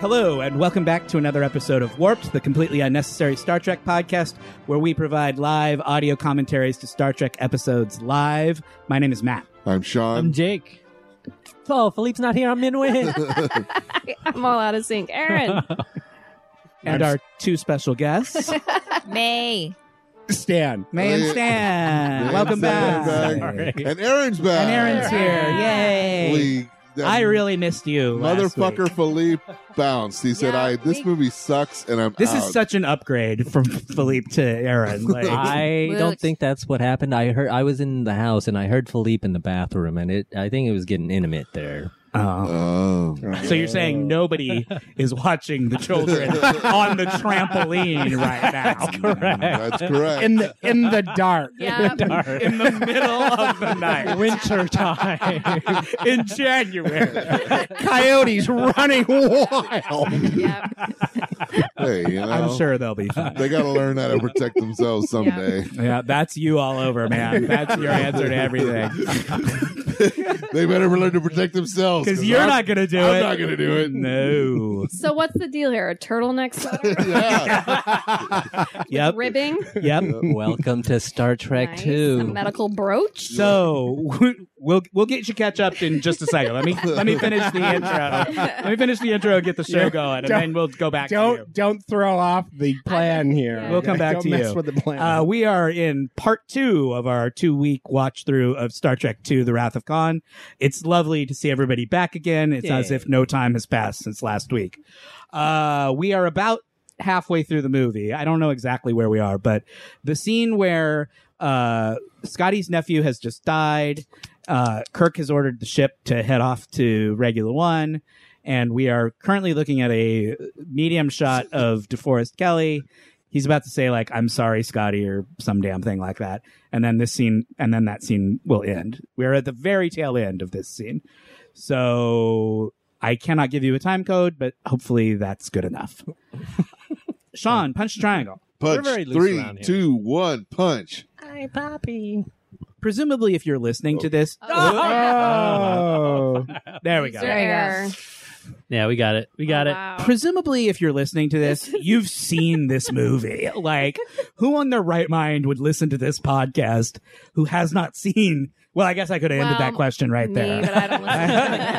Hello, and welcome back to another episode of Warped, the completely unnecessary Star Trek podcast, where we provide live audio commentaries to Star Trek episodes live. My name is Matt. I'm Sean. I'm Jake. Oh, Philippe's not here. I'm in with. I'm all out of sync. Aaron, And our two special guests, May. Stan. May and Hey. Stan. Hey, welcome back. Stan's back. Sorry. and Aaron's back. And Aaron's here. Yay. Lee, that I really missed you. last um, motherfucker week. Philippe bounced. He said, Yeah, "I this we- movie sucks," and I'm This out. is such an upgrade from Philippe to Aaron. Like, I Woot. don't think that's what happened. I heard I was in the house and I heard Philippe in the bathroom, and it. I think it was getting intimate there. oh. Oh. So you're saying nobody is watching the children on the trampoline right now? That's correct. in the in the dark. Yeah. In the In the middle of the night. Winter time. in January. Coyotes running wild. yeah, hey, you know, I'm sure they'll be fine. they got to learn how to protect themselves someday. Yeah, that's you all over, man. That's your answer to everything. they better learn to protect themselves Because you're I'm- not gonna do I'm it. not gonna do it. No. So what's the deal here? A turtleneck sweater, yeah. Yep. ribbing, Yep. Welcome to Star Trek nice, a Two. medical brooch. So we'll we'll get you catch up in just a second. Let me let me finish the intro. Let me finish the intro and get the show Yeah. going, and Don't- then we'll go back. to you. Don't don't throw off the plan here. We'll come back don't to mess you. with the plan. Uh, we are in part two of our two week watch through of Star Trek II The Wrath of Khan. It's lovely to see everybody back again. It's as Yay. if no time has passed since last week. Uh, we are about halfway through the movie. I don't know exactly where we are, but the scene where uh, Scotty's nephew has just died, uh, Kirk has ordered the ship to head off to Regular One. And we are currently looking at a medium shot of DeForest Kelly he's about to say like i'm sorry scotty or some damn thing like that and then this scene and then that scene will end we're at the very tail end of this scene so i cannot give you a time code but hopefully that's good enough sean punch the triangle Punch. very loose Three, around here. two, one. Punch. Hi, Poppy. presumably if you're listening to this oh, there we go There we Yeah, we got it. We got it. presumably if you're listening to this you've seen this movie like who on their right mind would listen to this podcast who has not seen well i guess i could have ended Well, that question right Me, there but I don't listen.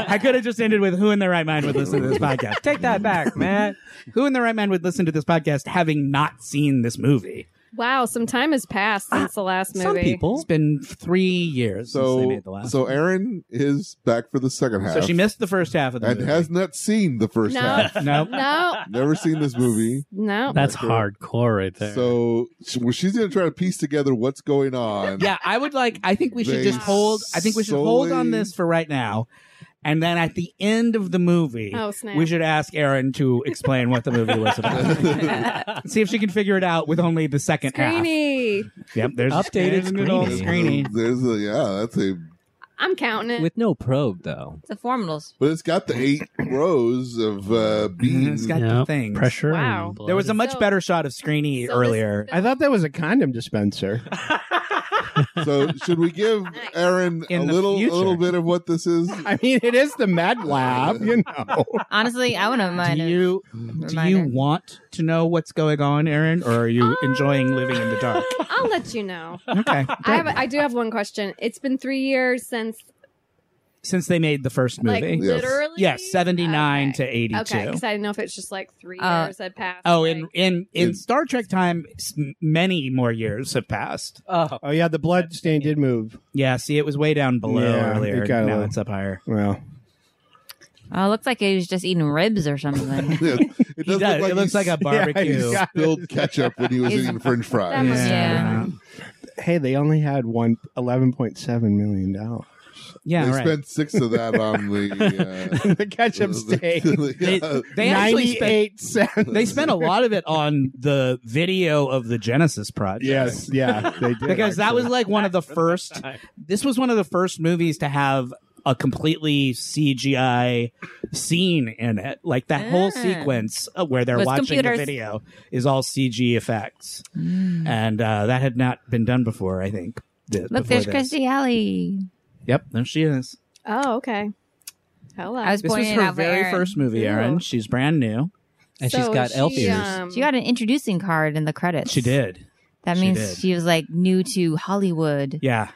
I could have just ended with who in their right mind would listen to this podcast. Take that back, Matt. Who in their right mind would listen to this podcast having not seen this movie? wow, some time has passed since the last movie. Some It's people. been three years since they So, made the last. so Aaron is back for the second half, so she missed the first half of the and movie. has not seen the first No. half. no, No, Never seen this movie. no. That's Okay. hardcore right there. So sh- well, she's going to try to piece together what's going on. yeah, I would like. I think we should They just hold. I think we should hold on this for right now, and then at the end of the movie, Oh snap! we should ask Erin to explain what the movie was about. See if she can figure it out with only the second half. Greeny, Yep, there's Updated there's a good old Screeny. Screeny. There's a yeah, that's a I'm counting it. With no probe though. The formals. but it's got the eight rows of uh Mhm, beans. It's got the Yep. things. Pressure. Wow. and blood. There was a much So- better shot of Screeny so earlier. this- I thought that was a condom dispenser. so should we give Aaron In a the little future. a little bit of what this is? I mean, it is the Med Lab, you know. Honestly, I wouldn't mind do it. you do you Reminder. want to know what's going on, Aaron, or are you Ah! enjoying living in the dark? I'll let you know. Okay, I have. I do have one question. It's been three years since, since they made the first like, movie, Yes. literally. yes, seventy nine Okay. to eighty two. Okay, because I didn't know if it's just like three Uh, years had passed. Oh, like- in in in It- Star Trek time, s- many more years have passed. Oh, Oh yeah, the blood stain did move. Yeah, see, it was way down below Yeah, earlier. it got a Now little- it's up higher. Well, Oh, looks like he was just eating ribs or something. Yeah, it He does, does. look it looks like a barbecue. he's got- spilled ketchup when he was He's- eating French That fries. must be Yeah. fine. hey, they only had one eleven point seven million dollars. yeah, they right. spent six of that on the. Uh, the ketchup stain. They- yeah. they actually spent Ninety-eight cents. they spent a lot of it on the video of the Genesis project. Yes, yeah, they did. because that was actually. like one of the first this was one of the first movies to have a completely CGI scene in it. Like that whole Ah. sequence uh, where they're With watching computers. the video is all CG effects. And uh, that had not been done before, I think. th- Look, before there's this. Christy Alley. Yep, there she is. Oh, okay. Acapella. I was This was pointing it her out for very Aaron. first movie, Erin. Ooh. She's brand new. And she's got elf ears. um, She got an introducing card in the credits. She did. That She means she, did. was like new to Hollywood. Yeah.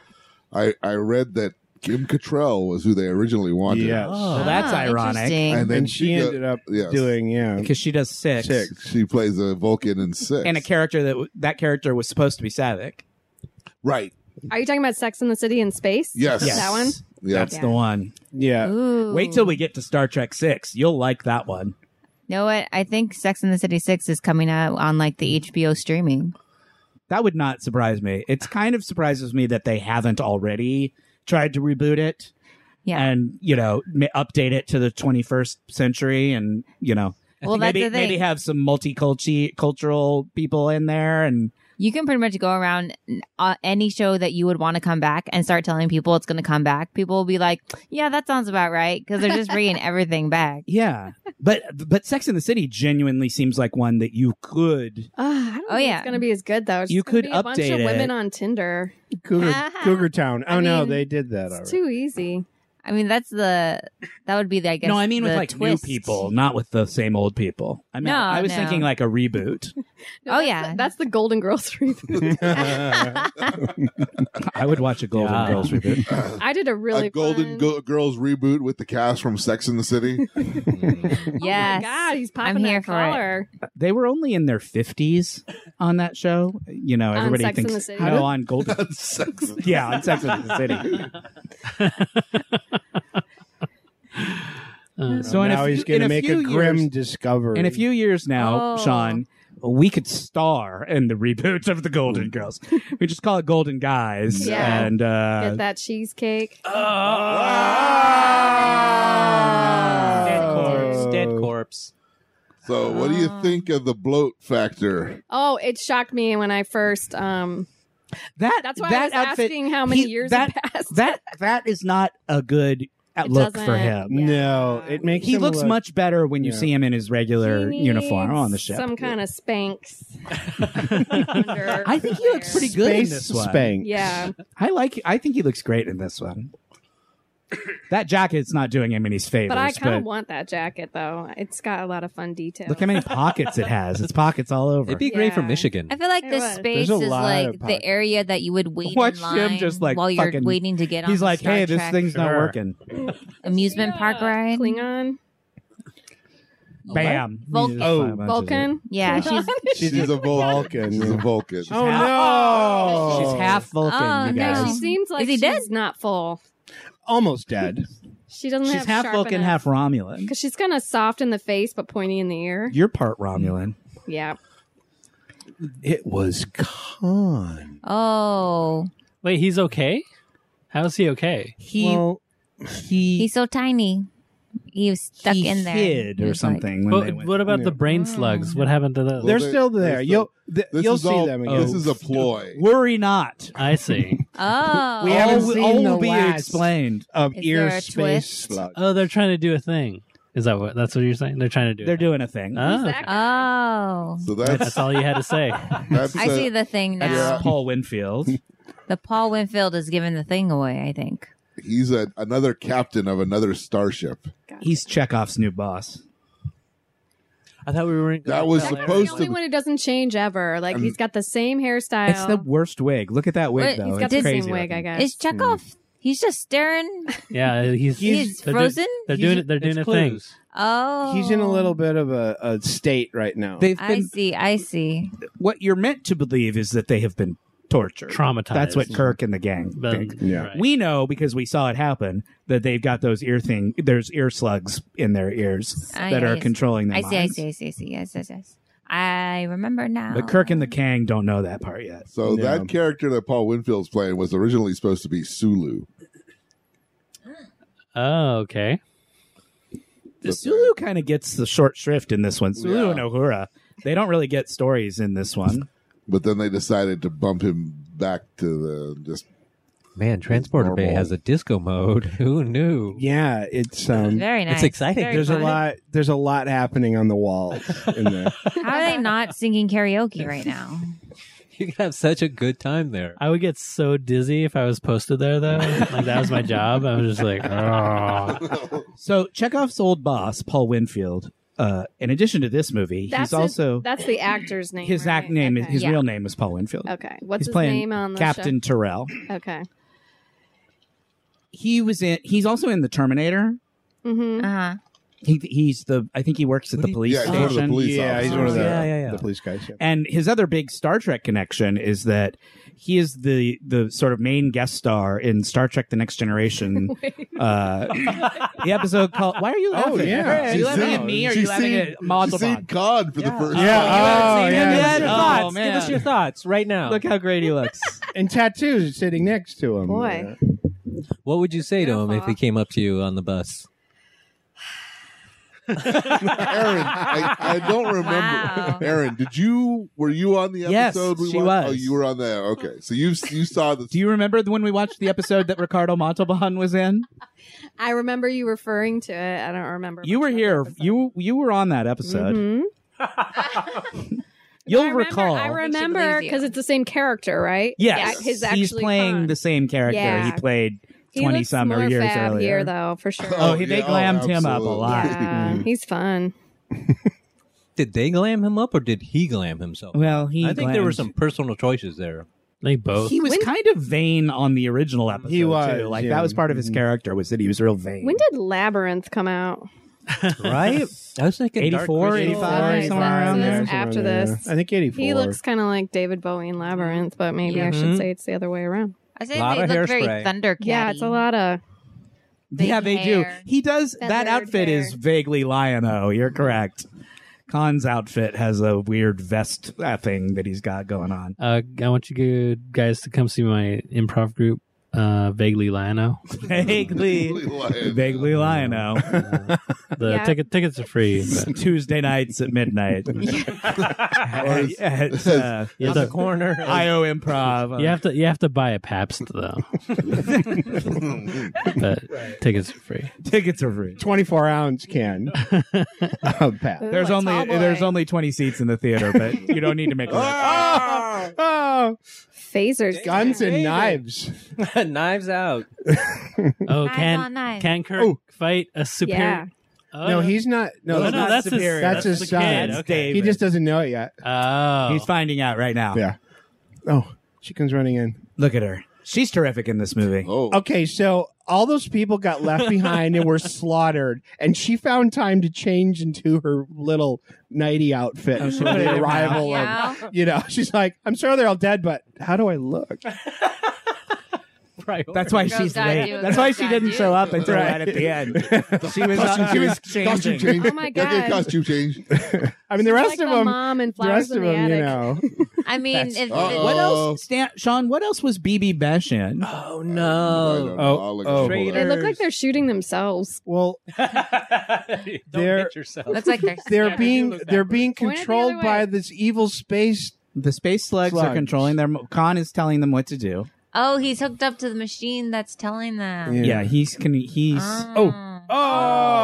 I, I read that Kim Cattrall was who they originally wanted. Yes. Oh, that's Ah, ironic. interesting. And then and she got- ended up yes. doing yeah Because she does six. Six. She plays a Vulcan in six. And a character that w- that character was supposed to be Savick. right. Are you talking about Sex in the City in space? Yes. Yes. That one. Yeah. That's Yeah. the one. yeah. Ooh. uh, Wait till we get to Star Trek Six. You'll like that one. You know what? I think Sex and the City 6 is coming out on like the HBO streaming. That would not surprise me. It's kind of surprises me that they haven't already tried to reboot it Yeah. and you know ma- update it to the 21st century and you know Well, that's maybe the thing. maybe have some multicultural cultural people in there and you can pretty much go around uh, any show that you would want to come back and start telling people it's going to come back. People will be like, yeah, that sounds about right. Because they're just bringing everything back. yeah but but Sex in the City genuinely seems like one that you could Uh, I don't Oh, think yeah. It's gonna be as good though. It's You just gonna could be a bunch of update women it. on Tinder. Cougar Cougar Town. Oh I no, mean, they did that It's already. too easy. I mean, that's the, that would be the, I guess. no, I mean with the like twist. new people, not with the same old people. I mean, No, I was no. thinking like a reboot. Oh, that's yeah. the, that's the Golden Girls reboot. I would watch a Golden Yeah. Girls reboot. I did a really a Golden fun... Go- Girls reboot with the cast from Sex in the City. Yes. Oh my God, he's popping I'm here that for it. collar. They were only in their fifties on that show. You know, On everybody Sex and thinks the City? no on Golden. Sex. yeah, on Sex and the City. Uh, So in a now few- he's in going a to make a few grim years- discovery. In a few years now, Oh. Sean, we could star in the reboot of the Golden Girls. We just call it Golden Guys, Yeah. and uh, Get that cheesecake. dead corpse, Oh. dead corpse. So, what do you think of the bloat factor? Oh, it shocked me when I first. Um, That that's why I that was outfit, asking how many he- years that have passed. that that is not a good It look for doesn't- him. No, Yeah. it makes He him looks look- much better when you Yeah. see him in his regular He uniform needs on the ship. Some kind of Spanx. I think he looks pretty good in space this one. spank. Yeah, I like. I think he looks great in this one. that jacket's not doing him any favors. but I kind of want that jacket though. It's got a lot of fun details. look how many pockets it has. It's pockets all over. It'd be great for Yeah. Michigan. I feel like It this was. space There's a is lot like of the pocket. area area that you would wait Watch in him line just, like, while you're fucking- waiting to get on. He's the like, Star hey, this Trek thing's not Sure. working. amusement Yeah. park ride. Klingon, Bam. Vulcan. Oh. Vulcan. Yeah, she's She's, She's a Vulcan. She's a Vulcan. oh half- no, She's half Vulcan, Oh, you no. guys. She seems like Is he she's dead? not full. almost dead. She doesn't She's have half Vulcan, half Romulan. because she's kind of soft in the face but pointy in the ear. You're part Romulan. Yeah, It was Khan. oh, Wait, he's okay? How is he okay? He well, he he's so tiny. He was stuck he in there. hid He or was like- something. when they What, went. Ah. what about Yeah. the brain slugs? What happened to those? Well, they're they- still there. they're You'll th- This you'll is see all- them again. This is a ploy. Worry not. I see. oh, We haven't all seen all the will be last- explained. of Is ear there a space twist? slug. Oh, they're trying to do a thing. Is that what? That's what you're saying? They're trying to do. a They're thing. doing a thing. Ah, Who's that guy? oh. So that's that's all you had to say. that's I a- see the thing now. That's Paul Winfield. The Paul Winfield is giving the thing away. I think. he's a, another captain of another starship. He's Chekhov's new boss. I thought we were. That was That guy's supposed the only to- one who doesn't change ever. Like And- he's got the same hairstyle. Um, It's the worst wig. Look at that wig, Wait, though. he's he's It's got the crazy same wig, looking. I guess. Is Chekhov? Hmm. He's just staring. Yeah, he's He's they're frozen? doing- They're doing it. They're doing a thing. Oh, He's in a little bit of a, a state right now. They've I been, see. I see. what you're meant to believe is that they have been tortured. Traumatized. That's what Kirk and the gang think. Yeah. We know because we saw it happen that they've got those ear thing. There's ear slugs in their ears I- that are I see. controlling their I see, I minds. see, I see, I see. Yes, yes, yes. I remember now. But Kirk and the Kang don't know that part yet. So Yeah. that character that Paul Winfield's playing was originally supposed to be Sulu. oh, okay. That's Sulu kind of gets the short shrift in this one. Sulu Yeah. and Uhura, they don't really get stories in this one. But then they decided to bump him back to the just Man, Transporter Bay Normal. has a disco mode. Who knew? yeah, it's um. Very nice. It's exciting. Very There's a fun. lot. There's a lot happening on the walls in there. How are they not singing karaoke right now? You can have such a good time there. I would get so dizzy if I was posted there, though. Like that was my job. I was just like, "Ugh." So Chekhov's old boss, Paul Winfield, uh, in addition to this movie, he's That's his- also That's the actor's name. his right? act name is Okay. his Yeah. real name is Paul Winfield. Okay. What's he's his playing name on the Captain Terrell. Show? Okay. He was in. He's also in the Terminator. Mm-hmm. Uh-huh. He, he's the. I think he works at What the do you- police Yeah, he's station. one of the police yeah, he's officers. one of the, Yeah, yeah, yeah. the police guys. yeah. And his other big Star Trek connection is that he is the the sort of main guest star in Star Trek: The Next Generation. uh, the episode called "Why Are You Laughing?" yeah. are you She's laughing in- at me? Or are Oh, She's you laughing seen- at Maud she's LeBlanc? seen God for the first Yeah, time. Oh, seen him yeah. yet? Oh, Thoughts. Give Give us us your your thoughts right now. Look how great he looks. And tattoos sitting next to him. Boy. Yeah. what would you say to him if he Beautiful. came up to you on the bus? Aaron, I, I don't remember. Wow. Aaron, did you were you on the Yes, episode? we she watched? Oh, was. you were on there. Okay, so you you saw the Do you remember the- when we watched the episode that Ricardo Montalban was in? I remember you referring to it. I don't remember. You were much of the here. episode. You you were on that episode. Mhm. You'll I remember- recall. I think she remember believes you. because it's the same character, right? yes, Yeah, his he's actually playing Han. the same character Yeah. he played He twenty looks some more years fab earlier. here, though, for sure. Oh, he- they glammed him up a absolutely. lot. yeah, he's fun. Did they glam him up or did he glam himself? Well, he. I think there were glammed- some personal choices there. they both. He was When- kind of vain on the original episode. He was, too. like yeah. that was part of his Mhm. character was that he was real vain. When did Labyrinth come out? Right? I was thinking Dark 84, Crystal. 85, Nice. somewhere So around this there. is after Somewhere around this. there. I think 84. He looks kind of like David Bowie in Labyrinth, but maybe I Mhm. should say it's the other way around. I say Lot they of look very hairspray. Thundercat. Yeah, it's a lot of. Big yeah, they hair. do. He does. That That weird outfit hair. is vaguely lion-o. You're correct. Khan's outfit has a weird vest uh, thing that he's got going on. Uh, I want you good guys to come see my improv group, uh, Vaguely Lino. Vaguely, vaguely lion-o. Uh, The Yeah. ticket tickets are free. but- Tuesday nights at midnight. At- at, uh, you, have the to, corner. IO Improv. you have to you have to buy a Pabst though, but tickets are free. Tickets are free. 24 ounce can Oh, of Oh. Pabst. There's Ooh, a only tall boy. there's only 20 seats in the theater, but you don't need to make a record. Oh, oh, phasers. guns and knives. Knives out. Oh, Knives can on knives. can Kirk Oh. fight a superior? Yeah. Oh, No, he's not. No, Oh, no, that's not- that's his, superior. That's his the son. kid. That's okay. David. he just doesn't know it yet. Oh, He's finding out right now. Yeah. Oh, she comes running in. Look at her. She's terrific in this movie. Oh, Okay, so all those people got left behind and were slaughtered, and she found time to change into her little nighty outfit Oh, she for put it the in arrival of. Yeah. You know, she's like, I'm sure they're all dead, but how do I look? Priority. That's why Girls she's gotta late. do what That's why girls she gotta didn't do. show up until Right. right at the end. She was uh, she was costume changing. change. Oh my god. Okay, costume change. I mean, the She's rest like of the them, mom and the flowers rest in of the them, you attic. know, I mean, That's- if, Uh-oh. What Oh. else, Stan, Sean? What else was BB Bash in? Oh, no. no. Oh, oh. They look like they're shooting themselves. well, Don't They're- hit yourself. looks like they're they're being look they're being Point it the other controlled by way. this evil space. The space slugs, are Slugs. controlling their. mo- Khan is telling them what to do. Oh, he's hooked up to the machine that's telling them. Yeah, he's can he's. Oh.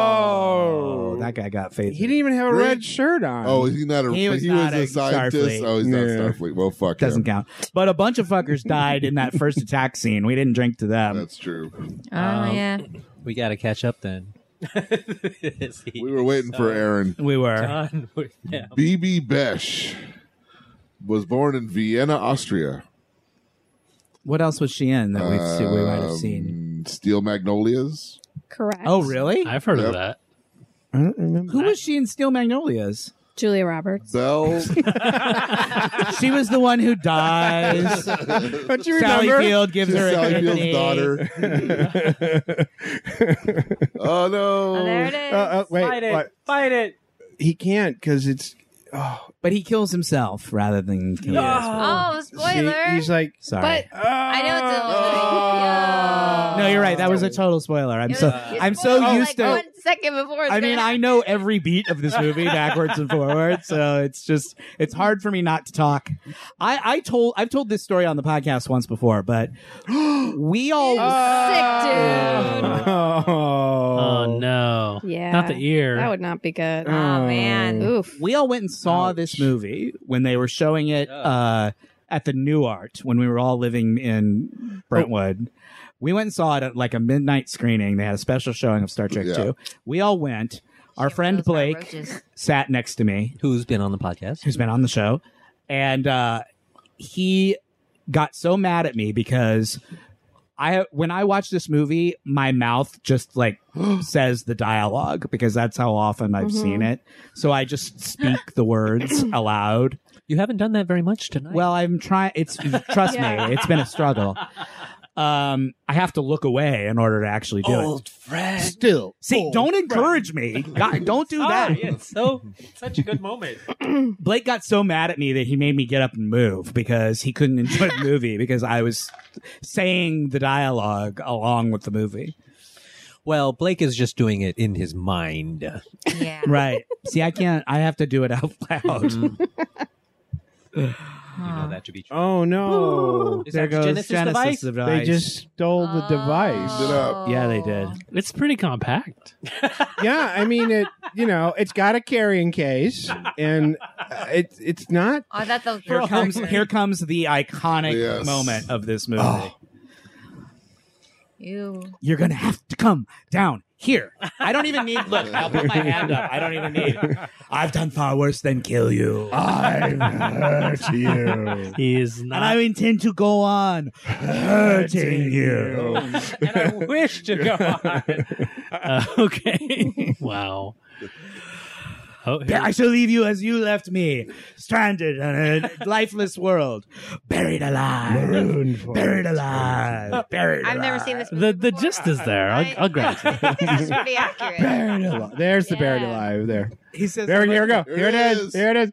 Oh, that guy got faith. he didn't even have a Really? red shirt on. Oh, he's not a. He He was was, not a a scientist. Starfleet. Oh, he's not Yeah. Starfleet. Well, fuck. doesn't him. count. But a bunch of fuckers died in that first attack scene. We didn't drink to them. That's true. Oh, Um, yeah. We got to catch up then. We were waiting for Aaron. we were. Done with them. BB Besh was born in Vienna, Austria. What else was she in that we've seen, we might have Um, seen? Steel Magnolias. Correct. Oh, really? I've heard Yep. of that. I don't remember. Who was she in Steel Magnolias? Julia Roberts. Bell. she was the one who dies. Don't you Sally remember? Field gives her a Sally good Field's name. daughter. oh no! Oh, there it is. Uh, uh, wait, what? Fight it. he can't because it's But he kills himself rather than kill oh, spoiler. See, he's like, Sorry. I know it's a little Oh. no, you're right. That was a total spoiler. I'm so I'm so used to like one second before. it's I mean, gonna I know every beat of this movie backwards and forwards, so it's just it's hard for me not to talk. I I told I've told this story on the podcast once before, but we all Uh, happen. Sick dude. Oh, Oh no, Yeah. not the ear. That would not be good. Oh man. Oof. we all went and saw this movie when they were showing it uh at the New Art when we were all living in Brentwood. We went and saw it at like a midnight screening. They had a special showing of Star Trek Yeah. 2. We all went. Our friend Those are Blake roaches. sat next to me Who's been on the podcast? who's been on the show, and uh, he got so mad at me because I when I watch this movie, my mouth just like says the dialogue because that's how often I've seen it. So I just speak the words aloud. You haven't done that very much tonight. Well, I'm trying. It's trust Yeah. me, it's been a struggle. Um, I have to look away in order to actually do Oh, it. friend. Still, See, don't encourage me. God, don't do that. Ah, it's so such a good moment. Blake got so mad at me that he made me get up and move because he couldn't enjoy the movie because I was saying the dialogue along with the movie. Well, Blake is just doing it in his mind. Yeah. Right. See, I can't. I have to do it out loud. Mm, you Huh. know that to be true. Oh no! Is there that goes Genesis device? device. They just stole Ah. the device. Did up. Yeah, they did. Oh, It's pretty compact. yeah, I mean it. You know, it's got a carrying case, and uh, it's it's not. I thought those Here were comes roaches. here comes the iconic Yes. moment of this movie. Ew. Oh, You're gonna have to come down here. I don't even need. Look, I'll put my hand up. I don't even need. I've done far worse than kill you. I've hurt you. He is and I not. intend to go on hurting you. and I wish to go on. Uh, okay. wow. Oh, here- I shall leave you as you left me, stranded in a lifeless world, buried alive, buried alive, buried I've alive. never seen this. the movie the before. gist is there. I'll, I'll grant it. I think this is pretty accurate. Buried alive. There's the buried Yeah. alive. There. He says, There. Here we go. There Here it it is. is. Here it is.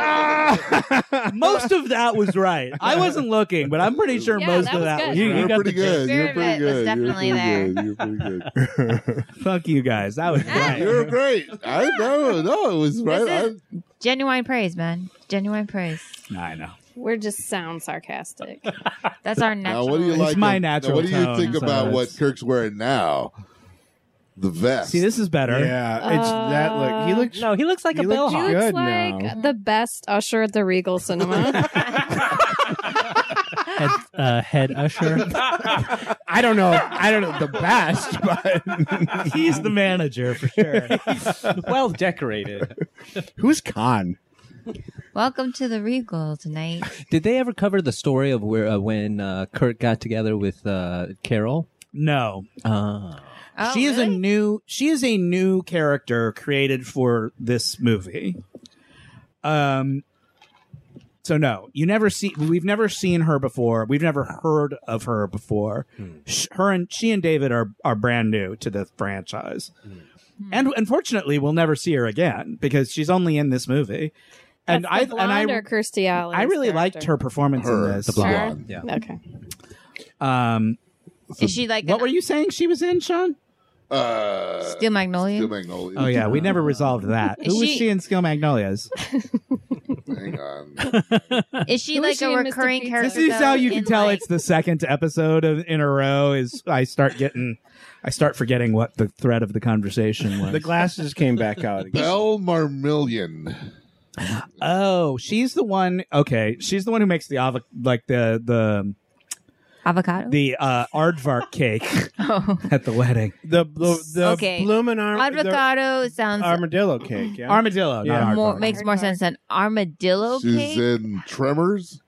Ah! Most of that was right. I wasn't looking, but I'm pretty sure Yeah, most that of was that good. was You- right. You're got pretty the gist. good. You're Spirit of pretty it was good. You're definitely pretty good. You're pretty good. Fuck you guys. That was right. You're great. I know. No, it was right. This I, is- Genuine praise, man. Genuine praise. I know. We're just sound sarcastic. That's our now, natural. what do you like? my of- now, natural What do you tone, think so about what it's- Kirk's wearing now? The vest. See, this is better. yeah, it's that look. He looks. No, he looks like He a looks He bellhop. good. looks now. like uh, the best usher at the Regal Cinema. Head, uh, head usher. I don't know. I don't know the best, but He's the manager for sure. well decorated. who's Khan? Welcome to the Regal tonight. Did they ever cover the story of where uh, when uh, Kurt got together with uh, Carol? No, Uh, Ah. Oh, she is really? a new she is a new character created for this movie um so no you never see we've never seen her before we've never heard of her before Sh her and she and david are are brand new to the franchise Hmm. and unfortunately we'll never see her again because she's only in this movie and That's i the and i blonde or Kirstie Alley. i really liked her performance Her, in this the blonde. yeah. Okay. um Is she like uh, what an- were you saying she was in sean Uh, Steel Magnolia? Steel Magnolia. oh yeah we never resolved that who was She- she in skill magnolias Hang on. Is she Who like is she a in Mr. recurring Pizza? character? This this is how though, you can in, tell like- it's the second episode of, in a row is i start getting i start forgetting what the thread of the conversation was The glasses came back out. Again. Belle Marmillion. oh she's the one okay she's the one who makes the avo- like the the avocado. the uh aardvark cake Oh. at the wedding The the, the Okay. bloomin' arm, the avocado sounds armadillo cake. Yeah. armadillo Yeah. not more aardvark. makes more sense than armadillo She's cake. in Tremors.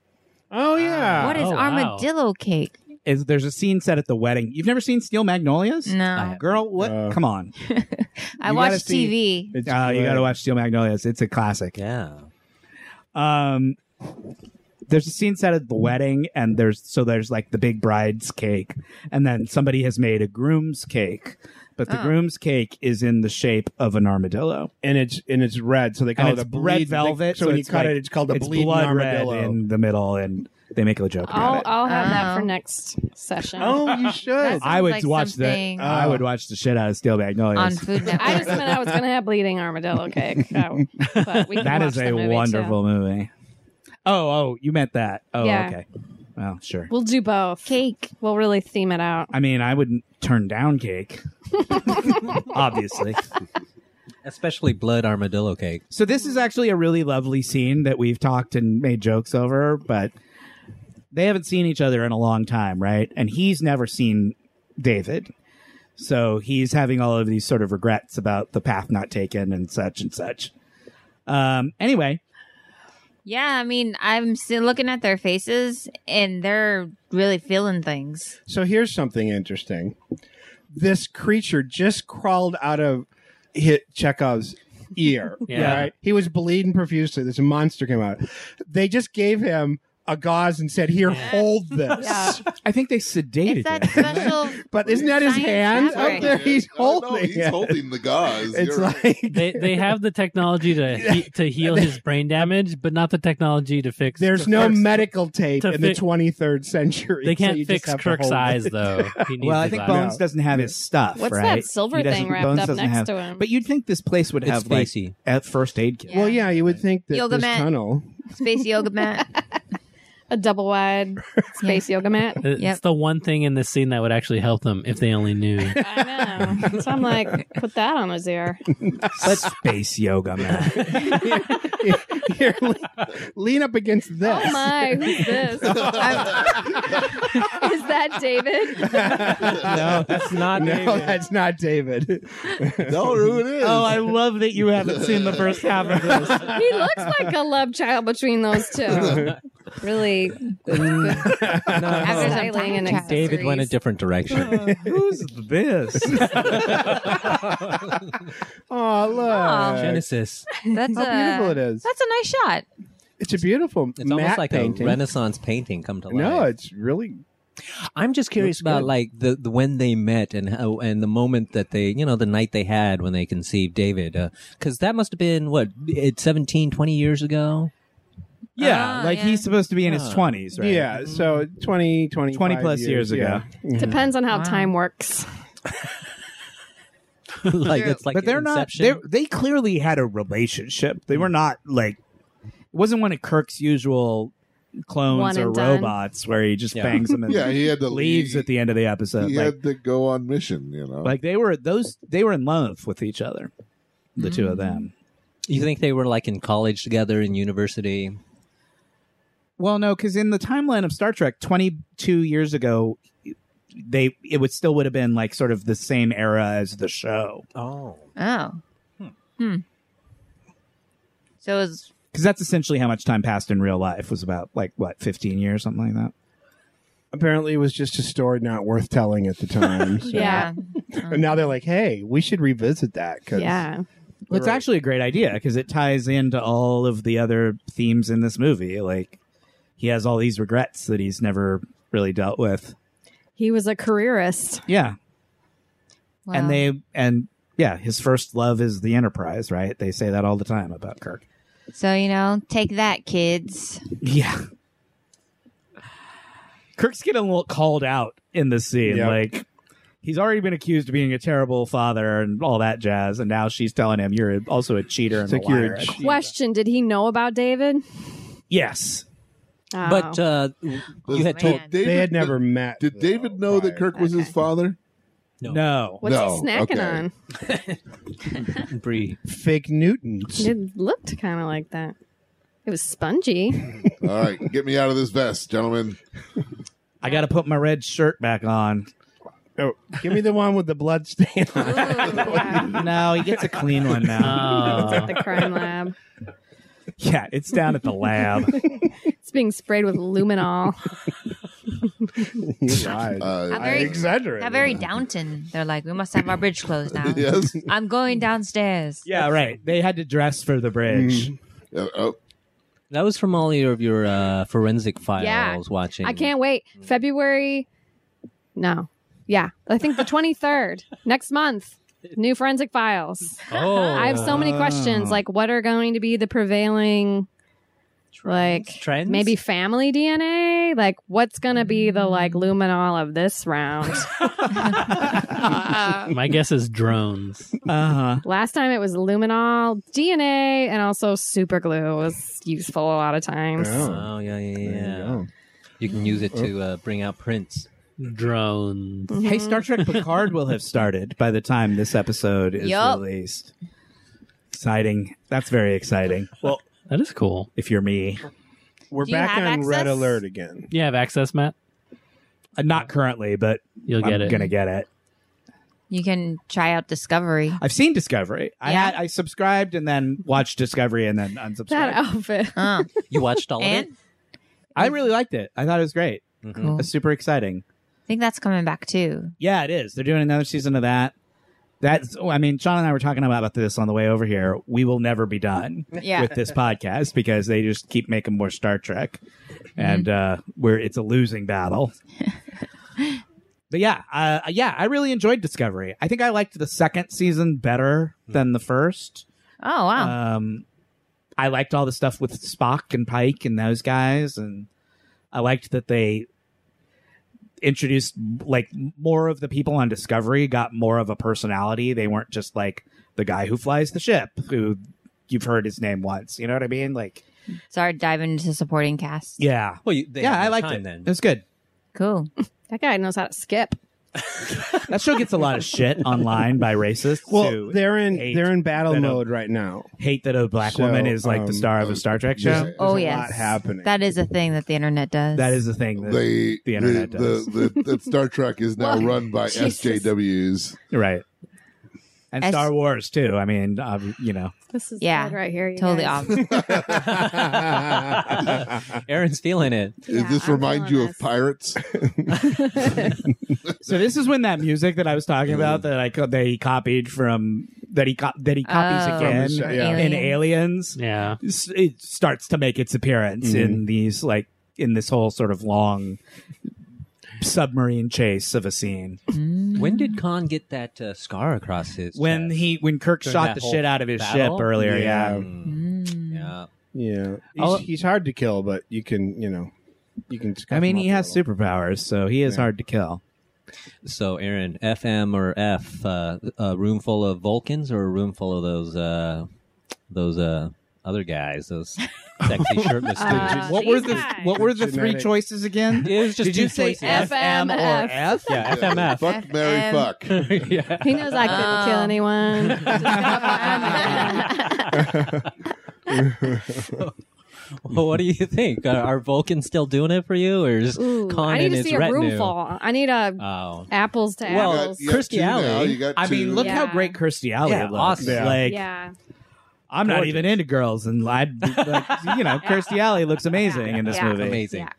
oh yeah. Ah. What is Oh, wow. armadillo cake? is there's a scene set at the wedding you've never seen steel magnolias No, girl what No. come on I you gotta watch see- TV. It's uh, you good. gotta watch steel magnolias it's a classic yeah. um there's a scene set at the wedding and there's so there's like the big bride's cake and then somebody has made a groom's cake but the Oh. groom's cake is in the shape of an armadillo and it's and it's red, so they call And it a it's red bleed- velvet, So, so when it's you cut like- it, it's called a it's bleeding blood red armadillo. in the middle and they make a joke about I'll it I'll have that Oh. for next session. oh, you should. That's- i would Sounds like watch that something- i would watch the shit out of steel on magnolias Food Network. I just meant I was going to have bleeding armadillo cake. Oh, but we can that watch is the a movie, too. wonderful movie oh oh you meant that oh Yeah. okay well sure We'll do both. cake. We'll really theme it out. I mean, I wouldn't turn down cake, obviously. especially blood armadillo cake. So this is actually a really lovely scene that we've talked and made jokes over, but they haven't seen each other in a long time, right? And he's never seen David. So he's having all of these sort of regrets about the path not taken and such and such. Um anyway, Yeah, I mean, I'm still looking at their faces and they're really feeling things. So here's something interesting. This creature just crawled out of hit Chekhov's ear. Yeah. Right? He was bleeding profusely. This monster came out. They just gave him a gauze and said, "Here, hold this." Yeah. I think they sedated It's that him. special. But isn't that his Science hand fabric. up there? He's I don't know. holding. He's it. holding the gauze. It's You're- like They they have the technology to he, to heal his brain damage, but not the technology to fix. there's to no fix- medical tape to in the fi- 23rd century. They so can't you just fix have to Kirk's hold it. eyes though. He needs Well, I his think eyes. Bones doesn't have his stuff. What's right? that silver He doesn't- thing wrapped Bones up doesn't next have- to him? But you'd think this place would It's have like facey. at first aid kit. Well, yeah, you would think that Yoga this mat. tunnel. Space yoga mat. a double wide space yoga mat. It's Yep. the one thing in this scene that would actually help them if they only knew. I know. So I'm like, put that on his ear. But space yoga, man. Here, lean, lean up against this. Oh my, who's this? I'm- Is that David? No, that's not. No, that's not David. Tell her who it is. oh, I love that you haven't seen the first half of this. he looks like a love child between those two. Really After some Styling time and travel. David went a different direction. Who's this? Oh, look. Genesis. That's How beautiful a, it is. That's a nice shot. It's a beautiful It's matte almost like painting. a Renaissance painting come to life. no, it's really I'm just curious Looks about good. like the, the when they met and how and the moment that they you know the night they had when they conceived David because that must have been what it's 17 20 years ago Yeah, Ah, like yeah. he's supposed to be in his Huh. twenties, right? yeah. So 20, 25 20 plus years ago. yeah. Depends on how Wow. time works. like True. it's like but they're Inception. not. They they clearly had a relationship. They were not like. It wasn't one of Kirk's usual clones One or and done. robots where he just Yeah. bangs them and yeah, he had to leaves leave. at the end of the episode. He Like, had to go on mission. You know, like they were those. They were in love with each other, the two of them. you think they were like in college together in university Well, no, because in the timeline of Star Trek, twenty two years ago, they it would still would have been like sort of the same era as the show oh Oh. Hmm. So it was because that's essentially how much time passed in real life was about like what fifteen years, something like that. Apparently, it was just a story not worth telling at the time. So. Yeah. yeah. And now they're like, "Hey, we should revisit that." Cause Yeah. Well, it's Right. actually a great idea because it ties into all of the other themes in this movie. Like he has all these regrets that he's never really dealt with. He was a careerist. Yeah, Wow. and they and yeah, his first love is the Enterprise, right? They say that all the time about Kirk. So you know, take that, kids. Yeah, Kirk's getting a little called out in this scene. Yeah. Like he's already been accused of being a terrible father and all that jazz, and now she's telling him you're also a cheater and It's like a liar. you're a cheat. Question Did he know about David? yes, Oh. but uh, you had told man. David, they had did- never met. Did, though, David know that prior. Kirk was his Okay. father? no, no. What's No, he snacking okay. on? Bree fake Newtons? It looked kind of like that. It was spongy. All right, get me out of this vest, gentlemen. I got to put my red shirt back on. Oh, give me the one with the blood stain on. it. No, he gets a clean one now. Oh. At the crime lab. yeah, it's down at the lab. It's being sprayed with luminol. You lied. Uh, How I very, exaggerated. how very Downton. They're like, we must have our bridge closed now. yes. I'm going downstairs. yeah, right. They had to dress for the bridge. Uh, oh, that was from all your of your uh, forensic files Yeah. watching I can't wait. February. No. Yeah. I think the 23rd. Next month. New forensic files. oh, I have so many questions. Like, what are going to be the prevailing, like, trends maybe family DNA? Like, what's going to be the, like, luminol of this round? my guess is drones. Uh huh. Last time it was luminol, DNA, and also super glue was useful a lot of times. Oh, oh yeah yeah there you yeah go. you can use it Oh. to uh, bring out prints Drones. Mm-hmm. Hey, Star Trek Picard will have started by the time this episode is Yup. released. exciting. That's very exciting. That is cool. If you're me, We're Do you back on have red access? alert again. You have access, Matt. Uh, not currently, but You'll get I'm it. gonna get it. You can try out Discovery. I've seen Discovery. I Yeah. had I subscribed and then watched Discovery and then unsubscribed. That outfit. Oh, You watched all and I really liked it. I thought it was great. of it. Mhm. cool. It's super exciting. I think that's coming back too. Yeah, it is. They're doing another season of that. That's. oh, I mean, Sean and I were talking about this on the way over here. We will never be done Yeah. with this podcast because they just keep making more Star Trek, and uh, where it's a losing battle. but yeah, uh, yeah, I really enjoyed Discovery. I think I liked the second season better than the first. Oh wow. Um, I liked all the stuff with Spock and Pike and those guys, and I liked that they introduced like more of the people on Discovery got more of a personality. They weren't just like the guy who flies the ship who you've heard his name once. You know what I mean? Like, Sorry, diving into supporting cast. yeah, Well, you, they yeah, had I more liked time it. Then It was good. Cool. That guy knows how to skip. That show gets a lot of shit online by racists. Well, who they're in hate they're in battle that, uh, mode right now. hate that a black So, woman is like um, the star of a Star Trek there's- show. there's Oh a- yes. lot happening. That is a thing that the internet does. That is the thing. That, They, the internet the, does. The, the, that Star Trek is now Well, run by Jesus. SJWs. Right. And S- Star Wars too. I mean, ob- you know, This is Yeah. bad right here. you totally guys. off. Aaron's feeling it. Yeah, Does this I'm remind feeling you of this. pirates? so this is when that music that I was talking about that I co- that he copied from that he co- that he copies Oh, again From the- from yeah. in Alien. Aliens, Yeah. s- it starts to make its appearance in these like in this whole sort of long submarine chase of a scene Mm. When Mm-hmm. did Khan get that uh, scar across his? when chest? he when Kirk During shot that the whole shit out of his battle? ship earlier. Yeah. Mm. Mm. Yeah. Yeah, I'll- Oh. he's, he's hard to kill, but you can you know you can. scuff I mean, him up he a has little. superpowers, so he is Yeah. hard to kill. So, Aaron, FM or F? Uh, a room full of Vulcans or a room full of those uh, those uh, other guys? Those sexy shirtless Uh, dudes. what were the Jesus. what were the three Genetic. choices again? It was just Did two you say choices. F? FM or F? Yeah. FMF. Fuck, Mary, FM. fuck. yeah. He knows I couldn't Oh. kill anyone. Just got my eye. Well, what do you think? Are, are Vulcans still doing it for you, or is Ooh, Khan I need and to his see a retinue? room full. I need a Oh, apples to Well, apples. You got- you got Kirstie two Alley. now, you got I mean, two. look how Yeah. great Kirstie Alley Yeah, looks. awesome. Yeah. Like, yeah. I'm not Gorgeous. even into girls, and I, like, you know, Kirstie Alley looks amazing in this Yeah. movie. amazing!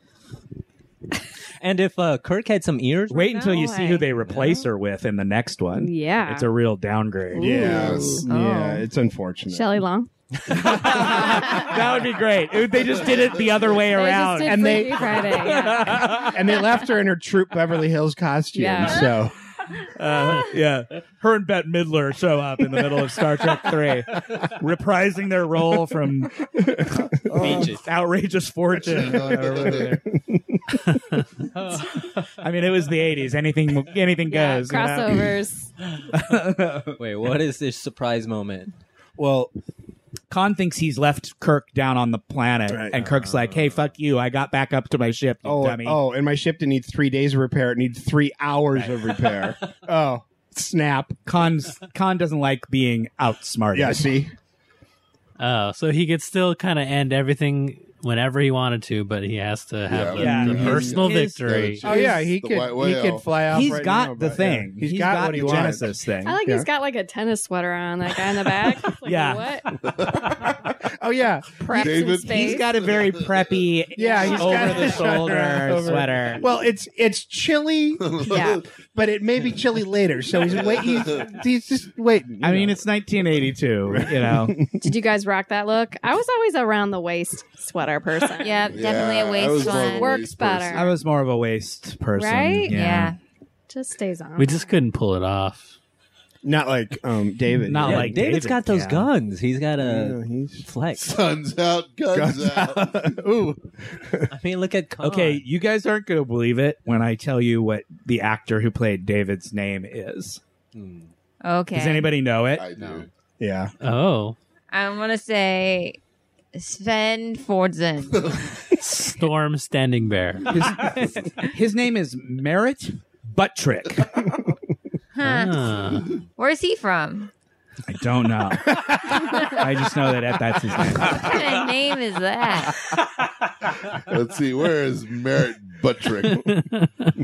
Yeah. And if uh, Kirk had some ears, Wait until you see No who way. they replace her with in the next one. Yeah. it's a real downgrade. Yes. Ooh. Yeah, Oh. it's unfortunate. Shelley Long. that would be great. It- They just did it the other way They around. just did and they- Freaky Friday. Yeah. and they left her in her troop Beverly Hills costume. Yeah. So Uh, yeah, her and Bette Midler show up in the middle of Star Trek Three, reprising their role from Oh. Beaches. outrageous fortune. or whatever. I mean, it was the '80s. Anything, anything Yeah, goes. you know? crossovers. Wait, what is this surprise moment? Well, Khan thinks he's left Kirk down on the planet, Right. and Kirk's like, "Hey, fuck you! I got back up to my ship, you oh dummy." oh, and my ship didn't need three days of repair. It needs three hours of repair. oh snap! Khan's Khan doesn't like being outsmarted. Yeah, see, Oh, so he could still kind of end everything whenever he wanted to, but he has to have Yeah. the Yeah. personal His- victory. oh yeah, he The could white he whale. could fly off. He's right got now, the but, yeah. thing. he's got, what the he wants. Genesis thing. I like he's got like a tennis sweater on, that guy in the back. Like, Yeah. What? Oh yeah, Preps in David- space. He's got a very preppy, Yeah, he's over got- the shoulder Over- sweater. Well, it's it's chilly, yeah. but it may be chilly later. So he's wait. He's, he's just waiting. you I mean, know. it's 1982. You know, Did you guys rock that look? I was always around the waist sweater person. Yep, definitely Yeah, a I was waste more of one. a Works waist better. person. I was more of a waist person. Right? yeah. Just stays on. We just couldn't pull it off. not like um David. Not Yeah, like David's David, got those yeah. guns. He's got Yeah, a he's flex. Guns out, guns, Guns out. ooh. I mean, look at Khan. Okay, you guys aren't going to believe it when I tell you what the actor who played David's name is. Hmm. Okay. Does anybody know it? I do. Yeah. Oh, I'm gonna say Sven Fordsen. Storm Standing Bear. His, his name is Merritt Buttrick. Huh. Ah. Where's he from? I don't know. I just know that that's his name. What kind of name is that? Let's see, where is Merritt Buttrick?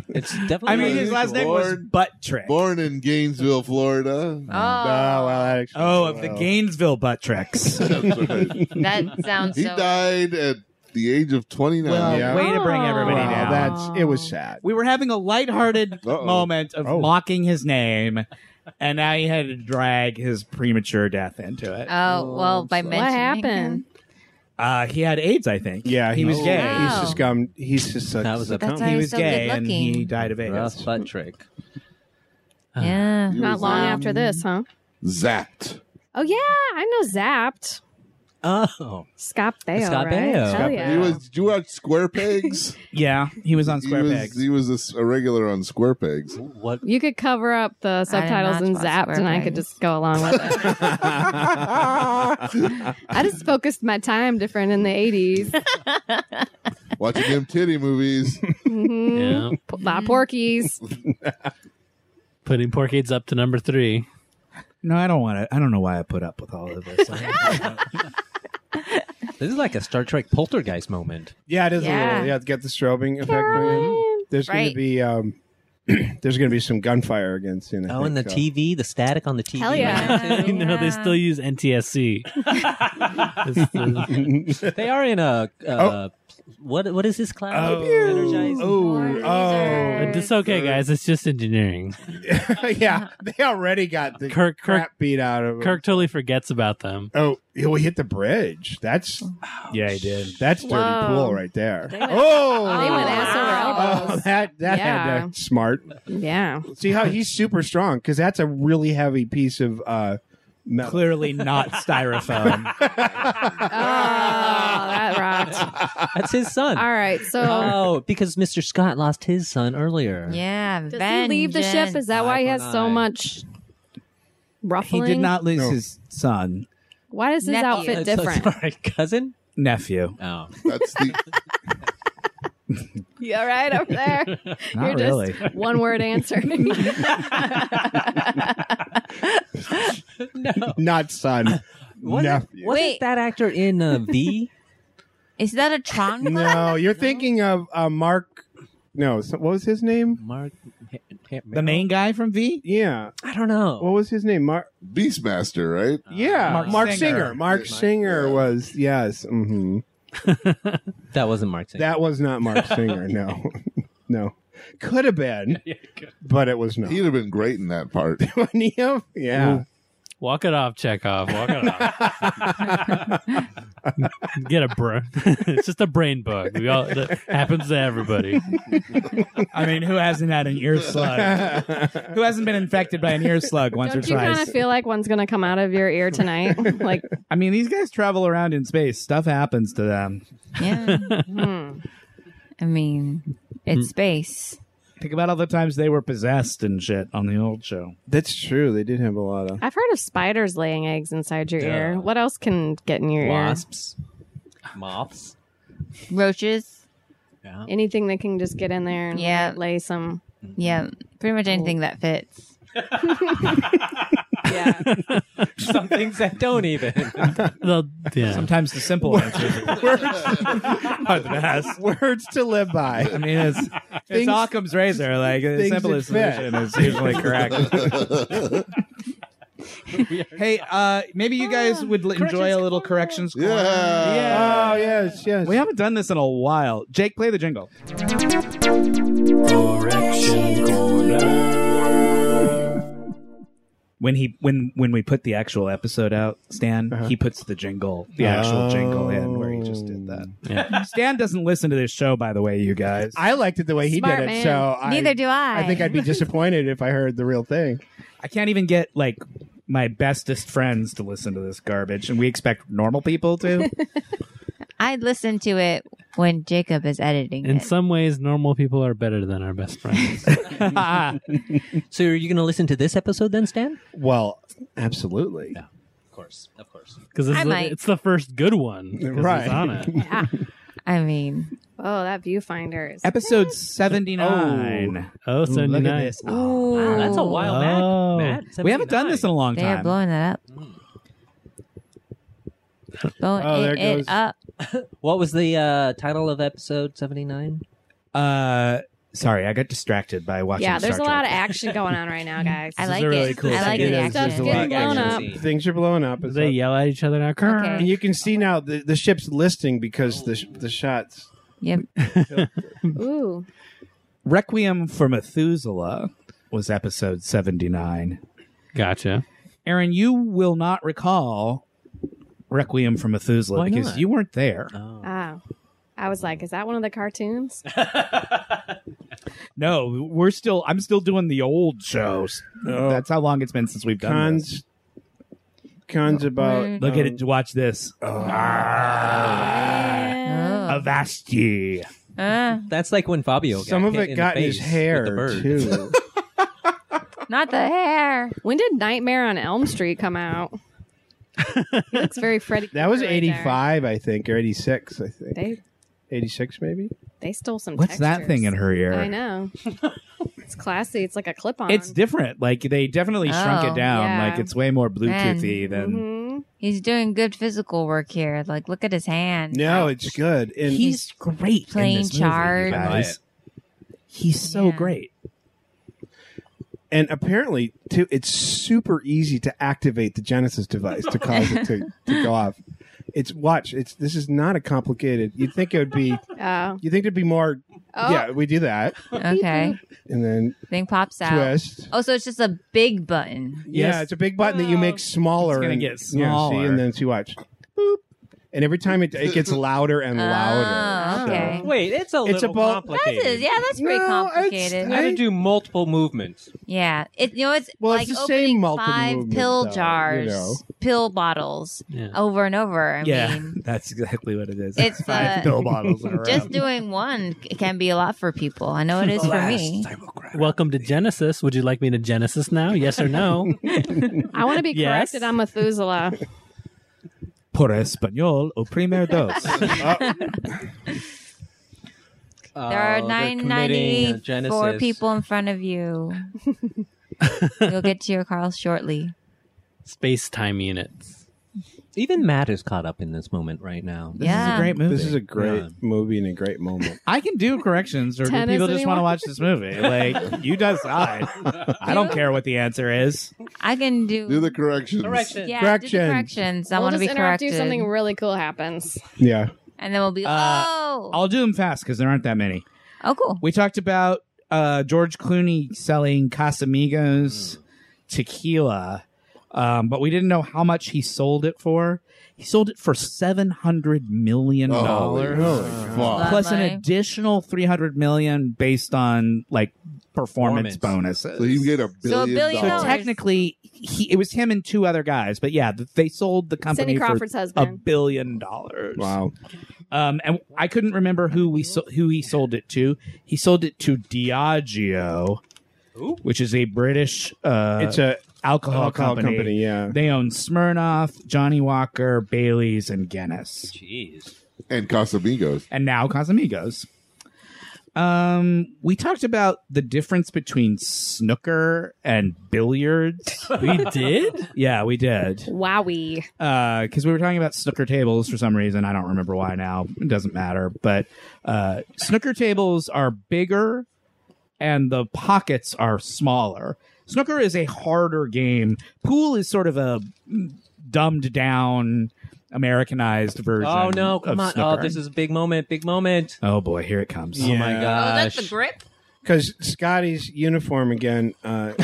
It's definitely. I mean, his last name was Lord. Butt Trick. Born in Gainesville, Florida. Oh, Ah, well, that actually- Oh, of the well. Gainesville Butt Tricks. That's right. that sounds He so. died at the age of 29. Well, Yeah. way to bring everybody Well, down. that's it was sad. we were having a lighthearted Uh-oh. moment of Oh. mocking his name, and now he had to drag his premature death into it. Oh well, by mentioning what happened? Uh, he had AIDS, I think. Yeah, he was he's- gay. Wow. He's just gum. He's just a, That was a- That's succumb. why He he's was so gay good and looking. he died of AIDS. Rough butt trick. Yeah. He Not was, long um, after this, huh? Zapped. Oh yeah, I know Zapped. Oh, Scott Baio. Scott right? Baio. Hell Scott yeah. He was, did you watch Square Pegs? Yeah, he was on Square he was, Pegs. He was a s- a, regular on Square Pegs. what? You could cover up the subtitles not in watch Zapped, and I could Squarepants. just go along with it. I just focused my time different in the 80s. Watching them titty movies. Mhm. Yeah. P- My porkies. Putting poor kids up to number three. no, I don't want to. I don't know why I put up with all of this. I- This is like a Star Trek poltergeist moment. yeah, it is a Yeah. little. Yeah, get the strobing effect. going in. Caroline. There's going Right. to be um, there's going to be some gunfire against you. I Oh, and the think, so. TV, the static on the TV. Hell yeah. you know, they still use NTSC. It's the- they are in a. Uh, What what is this cloud? Oh. Energized. Oh, oh, it's okay, guys. It's just engineering. yeah. They already got the Kirk- crap beat out of 'em. Kirk totally forgets about them. Oh, yeah, we hit the bridge. That's yeah, he did. that's dirty Whoa. pool right there. They went- oh, They went ass wow. over Oh, elbows. that that Yeah. had to smart. Yeah. See how he's super strong because that's a really heavy piece of uh, metal. Clearly not styrofoam. Oh, that rocked. That's his son. All right. So, Oh, because Mr. Scott lost his son earlier. Uh, Yeah. does he leave the ship? Is that why he has so Eye. much he ruffling? did not lose No. his son, Why does his Nephew. outfit So different? sorry, cousin. nephew. Oh, That's the You all right over there? Not You're really. just one word answering. not son. Nephew. wasn't Wait. that actor in uh, V? Is that a Tron? no, you're thinking of uh, Mark. No, so- what was his name? Mark, Ha- Ha- The main guy from V. Yeah, I don't know. what was his name? Mark. Beastmaster, right? Yeah, Mark Mark, Singer. Singer. Mark Yeah. Singer was yes. hmm that wasn't Mark. Singer. That was not Mark Singer. No, no, could have been, but it was not. He'd have been great in that part. Any of- yeah. Walk it off, Chekhov. Walk it off. Get a bro. it's just a brain bug. We all that happens to everybody. I mean, who hasn't had an ear slug? Who hasn't been infected by an ear slug once Don't or you twice? kind of feel like one's going to come out of your ear tonight? like, I mean, these guys travel around in space. Stuff happens to them. Yeah. hmm. I mean, it's space. Think about all the times they were possessed and shit on the old show. That's true. They did have a lot of. I've heard of spiders laying eggs inside your ear. Duh. What else can get in your Wasps, moths. Roaches. Yeah. ear? Anything that can just get in there and Yeah. lay some. Yeah. Pretty much anything that fits. Yeah. Some things that don't even. They'll- yeah. Sometimes the simple answers are the best. Words to live I by. mean, it's, it's Things- Occam's razor. Like the things simplest that fit. solution is usually correct. hey, uh, maybe you Ah, guys would l- enjoy a little corrections. corner. Yeah. Oh yes, yes. We haven't done this in a while. Jake, play the jingle. When he when when we put the actual episode out, Stan Uh-huh. he puts the jingle, the actual jingle in where he just did that. Yeah. Stan doesn't listen to this show, by the way, you guys. I liked it the way he Smart did it. man. So I, Neither do I. I think I'd be disappointed if I heard the real thing. I can't even get like my bestest friends to listen to this garbage, and we expect normal people to. I listen to it when Jacob is editing In it. some ways, normal people are better than our best friends. So are you going to listen to this episode then, Stan? Well, absolutely. Of course, of course. Because it's, I the- might. it's the first good one. 'cause he's Right. on it. I mean, Oh, that viewfinder is. Episode 79. Oh, Ooh, look at 79. this. Oh, wow. Ooh. That's a while Oh. back. Matt, We haven't done this in a long they are time. blowing that up. Blowing Oh, there it, goes- it up. What was the uh, title of episode 79? uh, sorry, I got distracted by watching. yeah, there's a Star lot of Trek. action going on right now, guys. I is like a really it. cool I like thing. the It is. There's action. a lot. Getting blown Action up. scene. Things are blowing up. It's They up. yell at each other now. Okay. And you can see now the, the ship's listing because the sh- the shots. Yep. Ooh, Requiem for Methuselah was episode 79. Gotcha. Aaron, you will not recall Requiem for Methuselah Why because not? you weren't there. Oh. ah, I was like, is that one of the cartoons? No, we're still. I'm still doing the old shows. That's how long it's been since we've done this. Cons. Cons about. um, Mm. Look at it. Watch this. Oh. Avasti. Oh. Uh, That's like when Fabio Some got of hit it in got the in face his hair with the bird. too. not the hair. When did Nightmare on Elm Street come out? he looks very Freddy. That was Krueger right there. '85, I think, or '86, I think. They '86, maybe. they stole some. What's that thing in textures. her ear? I know. it's classy. It's like a clip on. It's different. Like they definitely shrunk Oh, it down. yeah. Like it's way more Bluetoothy than Mhm. He's doing good physical work here. Like, look at his hand. No, it's good. And he's great. in playing this movie, you Chard. I buy it. guys. He's so Yeah. great. and apparently, too, it's super easy to activate the Genesis device to cause it to, to go off. It's watch. It's this is not a complicated. You'd think it would be. Oh. You'd think it'd be more. oh, Yeah, we do that, Okay. and then Thing pops out. twist. Oh, so it's just a big button. Yeah, it's a big button that you make smaller. It's gonna and- get Yeah, smaller. see, and then see, watch. Boop. And every time it, it gets louder and louder. Oh, So- okay. Wait, it's a It's little about- That complicated. is, yeah, that's pretty No, it's- complicated. I- You gotta do multiple movements. yeah, it you know it's Well, like it's the opening same multiple five movement, pill though, you jars, know. pill bottles Yeah. over and over. I yeah, mean, that's exactly what it is. It's, five uh, pill bottles. in a row. just doing one c- can be a lot for people. I know it is for me. Welcome to Genesis. Would you like me to Genesis now? Yes or no? I want to be Yes. corrected on Methuselah. por español o primer dos. There are Oh, they're nine committing, uh, ninety four Genesis. people in front of you. You'll get to your Carl shortly. Space time units. Even Matt is caught up in this moment right now. This is Yeah. a great movie. This is a great Yeah. movie and a great moment. I can do corrections, or do Tennis people just want to anyone? watch this movie? Like you decide. I don't care what the answer is. I can do, Do the corrections. yeah, do Corrections. the corrections. I we'll want to just be interrupt corrected, you. Something really cool happens. yeah. and then we'll be Uh, oh, I'll do them fast because there aren't that many. oh, cool. We talked about uh, George Clooney selling Casamigos tequila, um, but we didn't know how much he sold it for. He sold it for seven hundred million Oh, dollars, fuck. plus an Lovely. additional three hundred million based on like performance, Performance. bonuses. So he made a So a billion, billion So dollars. technically, he, it was him and two other guys, but yeah, th- they sold the company Cindy for Crawford's a husband. billion dollars. Wow. Um, and I couldn't remember who we so- who he sold it to. He sold it to Diageo, Ooh. which is a British uh, it's a alcohol, alcohol company. company. yeah. They own Smirnoff, Johnny Walker, Bailey's, and Guinness, Jeez. and Casamigos. and now Casamigos. Um, we talked about the difference between snooker and billiards. We did? yeah, we did. Wowie. because we were talking about snooker tables for some reason. I don't remember why now. It doesn't matter. But uh, snooker tables are bigger and the pockets are smaller. Snooker is a harder game. Pool is sort of a dumbed down, Americanized version. Oh no, come of on. snooker. Oh, this is a big moment, big moment. Oh boy, here it comes. Oh Yeah. my Oh, Oh, gosh. that's the grip. Because Scotty's uniform again uh,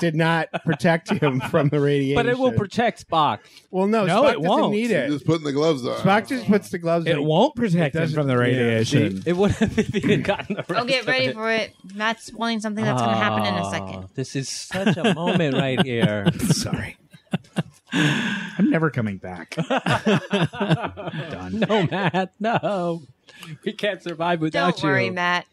did not protect him from the radiation. but it will protect Spock. Well, no, No, Spock it doesn't won't. need You're it. Just putting the gloves on. Spock just puts the gloves. It in. won't protect It him from the doesn't- yeah, radiation. see? It would have if he had gotten the Oh, rest get of ready it. for it. Matt's spoiling something that's going to happen in a second. Oh, This is such a moment right here. Sorry. I'm never coming back. Done. No, Matt, no. We can't survive without Don't worry, you. Matt.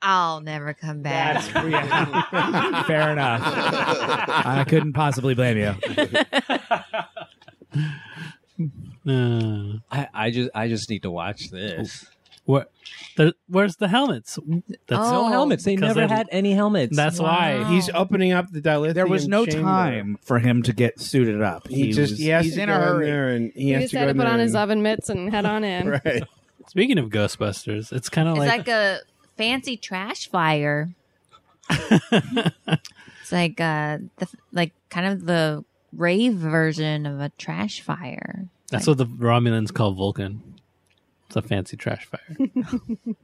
I'll never come back. Fair enough. I couldn't possibly blame you. Uh, I, I just I just need to watch this. where, the, where's the helmets? That's No Oh. helmets. They 'Cause never they're- had any helmets. that's Wow. why. He's opening up the dilithium. There was no chamber. time for him to get suited up. He, just was- he has he's to in go a in hurry. there and he, He has just to had go to in put there on his and- oven mitts and head on in. Right. Speaking of Ghostbusters, it's kind of It's like, like a fancy trash fire. It's like uh, the like kind of the rave version of a trash fire. that's what the Romulans call Vulcan. It's a fancy trash Hmm. fire. Did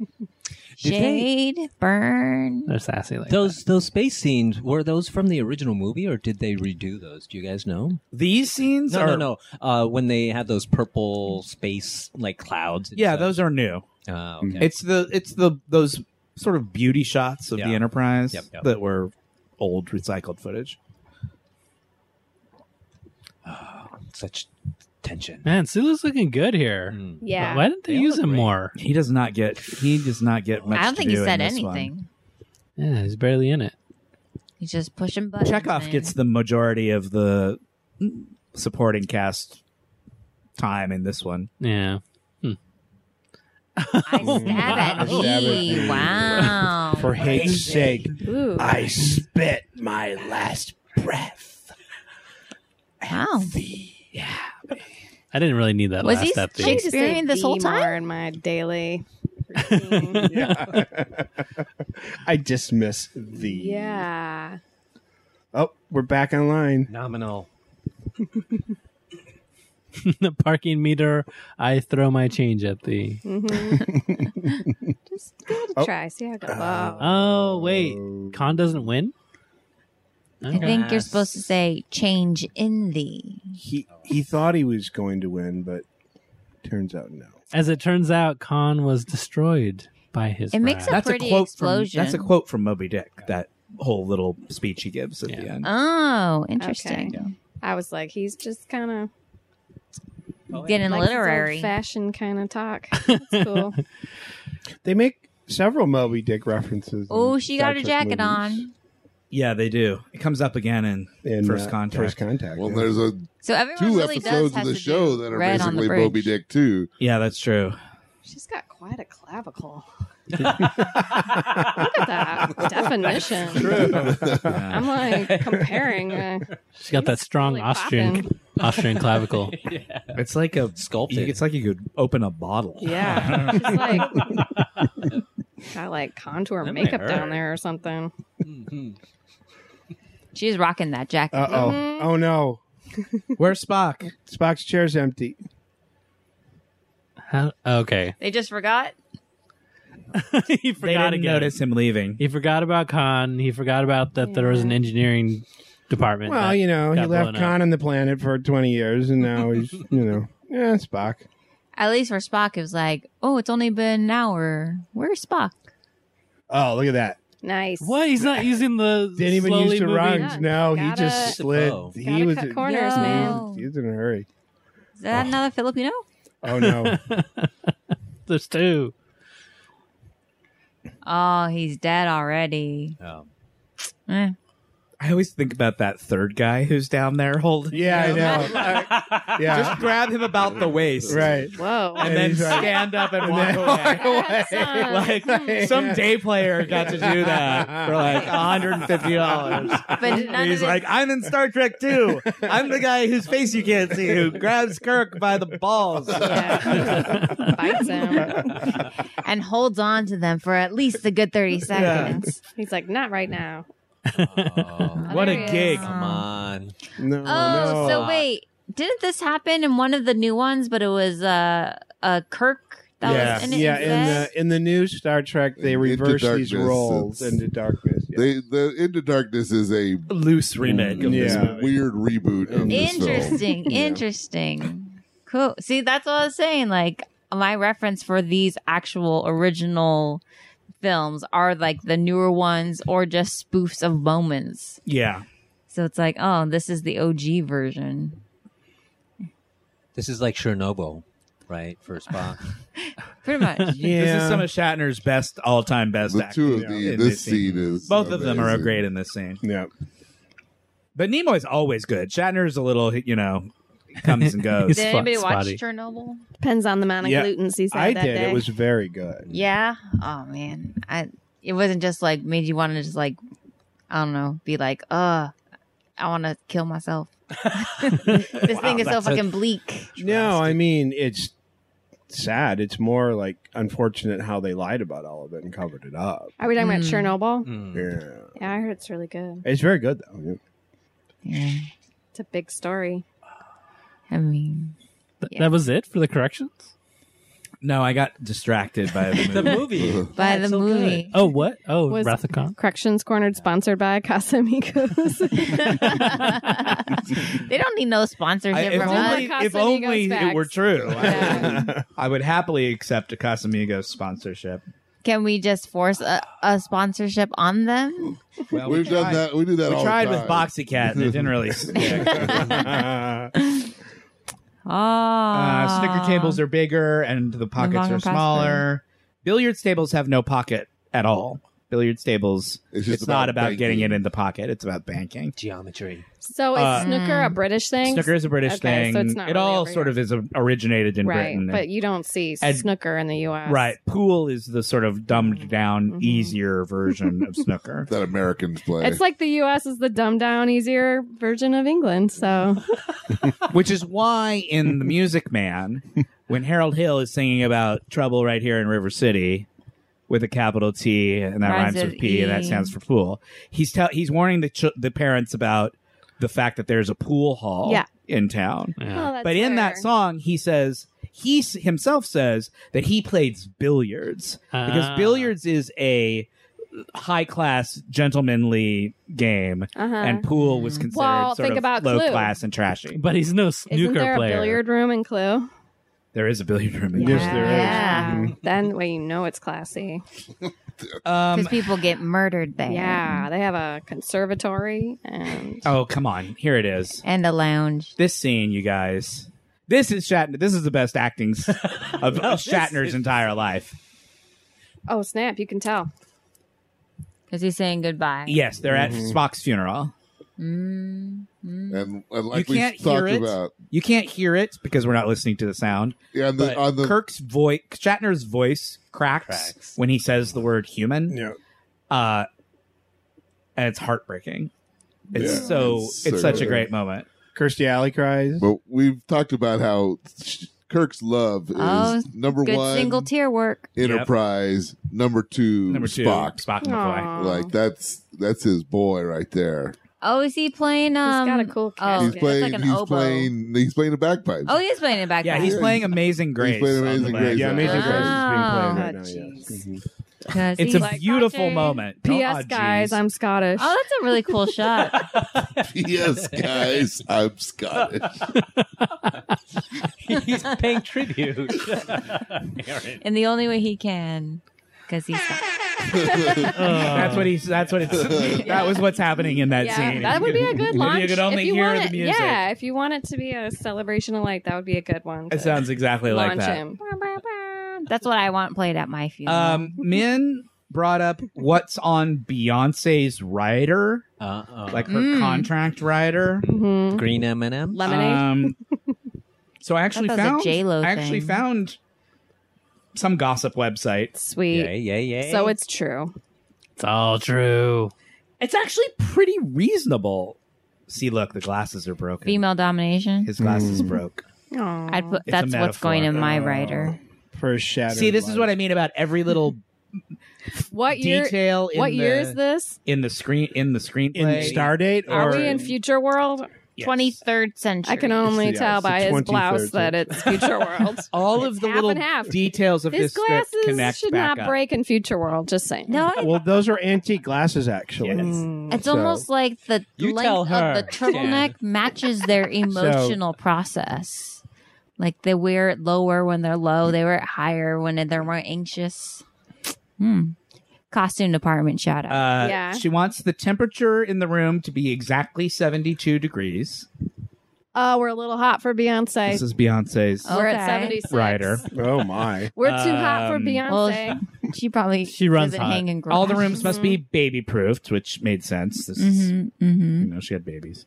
they- Shade, burn. They're sassy like those those space scenes were those from the original movie or did they redo those? Do you guys know? These scenes No, are no, no. Uh, when they had those purple space like clouds. and Yeah, stuff. those are new. Ah, okay. It's the it's the those sort of beauty shots of Yeah. the Enterprise Yep, yep. that were old recycled footage. such tension. that. Man, Sulu's looking good here. Hmm. Mm. Yeah. Why didn't they, They use look him great. more? He does not get he does not get much. I don't to think he do in said this one. anything. Yeah, he's barely in it. He's just pushing buttons. Chekhov man. gets the majority of the supporting cast time in this one. Yeah. I stab at Wow. Stab at me. me. Wow. For hate's sake, Ooh. I spit my last breath. wow. I didn't really need that Was last he that I need to Shakespearean say this whole the time? more in my daily routine. I dismiss the. yeah. Oh, we're back online. Nominal. the parking meter, I throw my change at the. Mhm. Just give it a Oh. try. See how it goes. Wow. Oh wait, Khan doesn't win. I think you're supposed to say change in thee. He he thought he was going to win, but turns out no. As it turns out, Khan was destroyed by his. It makes wrath. That's a pretty quote explosion. from That's a quote from Moby Dick. That whole little speech he gives at the Yeah. end. Oh, interesting. Okay. I was like, he's just kind of Getting like literary. fashion kind of talk. That's cool. They make several Moby Dick references. Oh, in she Star got her Trek jacket movies. on. yeah, they do. It comes up again in In, First uh, Contact. First contact. Well, yeah. there's a So everyone two really does episodes have of the to show do that are red on the basically Moby bridge. Dick too. Yeah, that's true. She's got quite a clavicle. Look at that definition. Yeah. I'm like comparing. Uh, She's got that strong really Austrian popping. Austrian clavicle. It's like a Sculpted. It's like you could open a bottle. Yeah. She's like got like contour That might makeup down hurt. there or something. Mm-hmm. She's rocking that jacket. Mm-hmm. Uh oh. Mhm. Oh no. Where's Spock? Spock's chair's empty. How, okay, they just forgot. he They forgot didn't again. notice him leaving. He forgot about Khan. He forgot about that there was an engineering department. Well, that you know, he got left blown up. Khan on the planet for 20 years, and now he's, you know, yeah, Spock. At least for Spock, it was like, oh, it's only been an hour. Where's Spock? Oh, look at that. Nice. What? He's not using the Didn't even slowly use the moving- rungs. Yeah, no, he gotta- just slid. Gotta He was cut corners, he was- man. He was in a hurry. Is that another Filipino? Oh no. There's two. Oh, he's dead already. Um, Oh. Eh. I always think about that third guy who's down there holding. yeah, I know. I- yeah. Just grab him about the waist. right. Whoa. And, And then he's like- stand up and walk then away. That's, uh, Like some day player got to do that for like $150. But none of He's it- like, I'm in Star Trek too. I'm the guy whose face you can't see who grabs Kirk by the balls. yeah. Bites him. and holds on to them for at least a good 30 seconds. He's like, not right now. Oh, What a There he is. gig. come on. No. Oh, no. so wait, didn't this happen in one of the new ones? But it was uh, uh Kirk that yeah, was in it. yeah. In instead? the in the new Star Trek, they Into reverse these darkness, roles it's- into darkness. yeah. They the Into Darkness is a Loose remake of this Yeah. movie. weird reboot of this film. interesting, interesting, cool. See, that's what I was saying. Like my reference for these actual original films are like the newer ones or just spoofs of moments. Yeah. So it's like, oh, this is the OG version. This is like Chernobyl, right? For Spock. Pretty much. Yeah. This is some of Shatner's best all-time best The acting two of in the this this scene is Both of them are amazing. great in this scene. yeah. But Nimoy's always good. Shatner's a little, you know, comes and goes. It's Did fun- anybody watch spotty. Chernobyl? Depends on the amount of Yeah, glutens he said I that did. day. It was very good. Yeah. Oh man, I it wasn't just like made you want to just like I don't know, be like, uh, I want to kill myself. this thing is so that's a- fucking bleak. No, I mean it's sad. It's more like unfortunate how they lied about all of it and covered it up. Are we talking about Mm. Chernobyl? Mm. Yeah, Yeah, I heard it's really good. it's very good though. Yeah. Yeah. It's a big story. I mean, Th- Yeah. That was it for the corrections? No, I got distracted by the movie. movie. by the movie. Oh, what? Oh, Was- Rathacon. Corrections Cornered, sponsored by Casamigos. they don't need no sponsorship I- if from only, us. us. if Casamigos only it bags. were true, Yeah. I would happily accept a Casamigos sponsorship. Can we just force a, a sponsorship on them? Well, We've done tried. that. We do that We all tried the with time. BoxyCat and it didn't really stick. Oh, Uh, snicker tables are bigger and the pockets longer are pass-through. smaller. Billiards tables have no pocket at all. Billiards tables, It's it's, just about not about getting banking. it in the pocket, it's about banking. Geometry. so is Uh, snooker a British thing? Snooker is a British Okay, thing. so it's not it really all over sort here. of is um, originated in right, Britain. but you don't see And- snooker in the U.S. right. Pool is the sort of dumbed down, Mhm. easier version of snooker. that Americans play. It's like the U.S. is the dumbed down, easier version of England. So Which is why in The Music Man, when Harold Hill is singing about trouble right here in River City with a capital T and that Rhymes rhymes, with with P and that E. stands for pool, he's tell he's warning the ch- the parents about the fact that there's a pool hall Yeah. in town. Yeah. Oh, that's but in that fair. song, he says he s- himself says that he plays billiards because Ah. billiards is a high class gentlemanly game uh-huh. and pool was considered Well, sort think of about low Clue. class and trashy. But he's no isn't snooker there a player. billiard room in Clue? There is a billiard room. in Yes, Clue. there is. Yeah. Mhm. Then well, you know it's classy. Um, because people get murdered there. Yeah, they have a conservatory and oh, come on. Here it is. and a lounge. This scene, you guys. This is Shatner. This is the best acting s- of No, of Shatner's this is- entire life. oh snap, you can tell. Because he's saying goodbye. Yes, they're at Mhm. Spock's funeral. Mm, mm. and, and like You we can't talked hear it. about. You can't hear it because we're not listening to the sound. Yeah, on But the, on the Kirk's voice, Shatner's voice cracks, Cracks. when he says the word human. Yeah. Uh, and it's heartbreaking. It's Yeah. so, It's it's, so such a good. great moment. Kirstie Alley cries. But we've talked about how Kirk's love is Oh, number Good one single tier work. Enterprise, number two Number two, Spock. Spock and McCoy. Aw. Like that's that's his boy right there. Oh, is he playing? Um, got a cool Oh, casket. he's that's playing. Like an he's oboe. playing. He's playing the bagpipes. Oh, he's playing it back. Yeah, he's Yeah, playing Amazing Grace. playing on the Amazing back. Grace. Yeah, Amazing Oh. Grace is being played right now. Yeah. jeez. Mhm. It's a beautiful moment. Oh, Don't- P.S. aw, guys, geez. I'm Scottish. Oh, that's a really cool shot. yes, guys, I'm Scottish. he's paying tribute. Aaron. And the only way he can, because he's That's what he's. That's what it's. that was what's happening in that yeah, scene. that would be a good Maybe launch. you could only if you hear want the it, music. uh, Yeah, if you want it to be a celebration of light, that would be a good one. to It sounds exactly like launch that. him. that's what I want played at my funeral. Um, Min brought up what's on Beyonce's rider, Uh-oh. like her Mm. contract rider. Mhm. Green M and M. Hmm. Lemonade. Um, so I actually that was a found. J-Lo I actually thing. found some gossip website. Sweet. Yay, yay, yay. So it's true. It's all true. It's actually pretty reasonable. See, look, the glasses are broken. female domination. His glasses Mm. broke. Aw. I'd put a that's what's metaphor. going in my Oh. writer. For a shattered See, this is life. what I mean about every little what year? detail in What the, year is this? in the screen in the screenplay. in Stardate. Are or we in future world? Yes. Twenty third century. I can only It's the- tell it's the by his 23rd blouse that century. it's future world. All of It's the half little and half. details of His this script glasses connect should back not up. break in future world. Just saying. No, I- Well, those are antique glasses, actually. Mm. it's So- almost like the You length tell of her, the turtleneck matches their emotional process. Like they wear it lower when they're low, they wear it higher when they're more anxious. Hmm. Costume department shout out. Uh, Yeah. She wants the temperature in the room to be exactly 72 degrees. Oh, we're a little hot for Beyonce. This is Beyonce's Oh. We're Okay. at 76. rider. Oh my! We're too hot for Um, Beyonce. she probably She runs doesn't hot. hang in garages. All Mm-hmm. the rooms must be baby proofed, which made sense. This is, Mhm, mhm. you know, she had babies.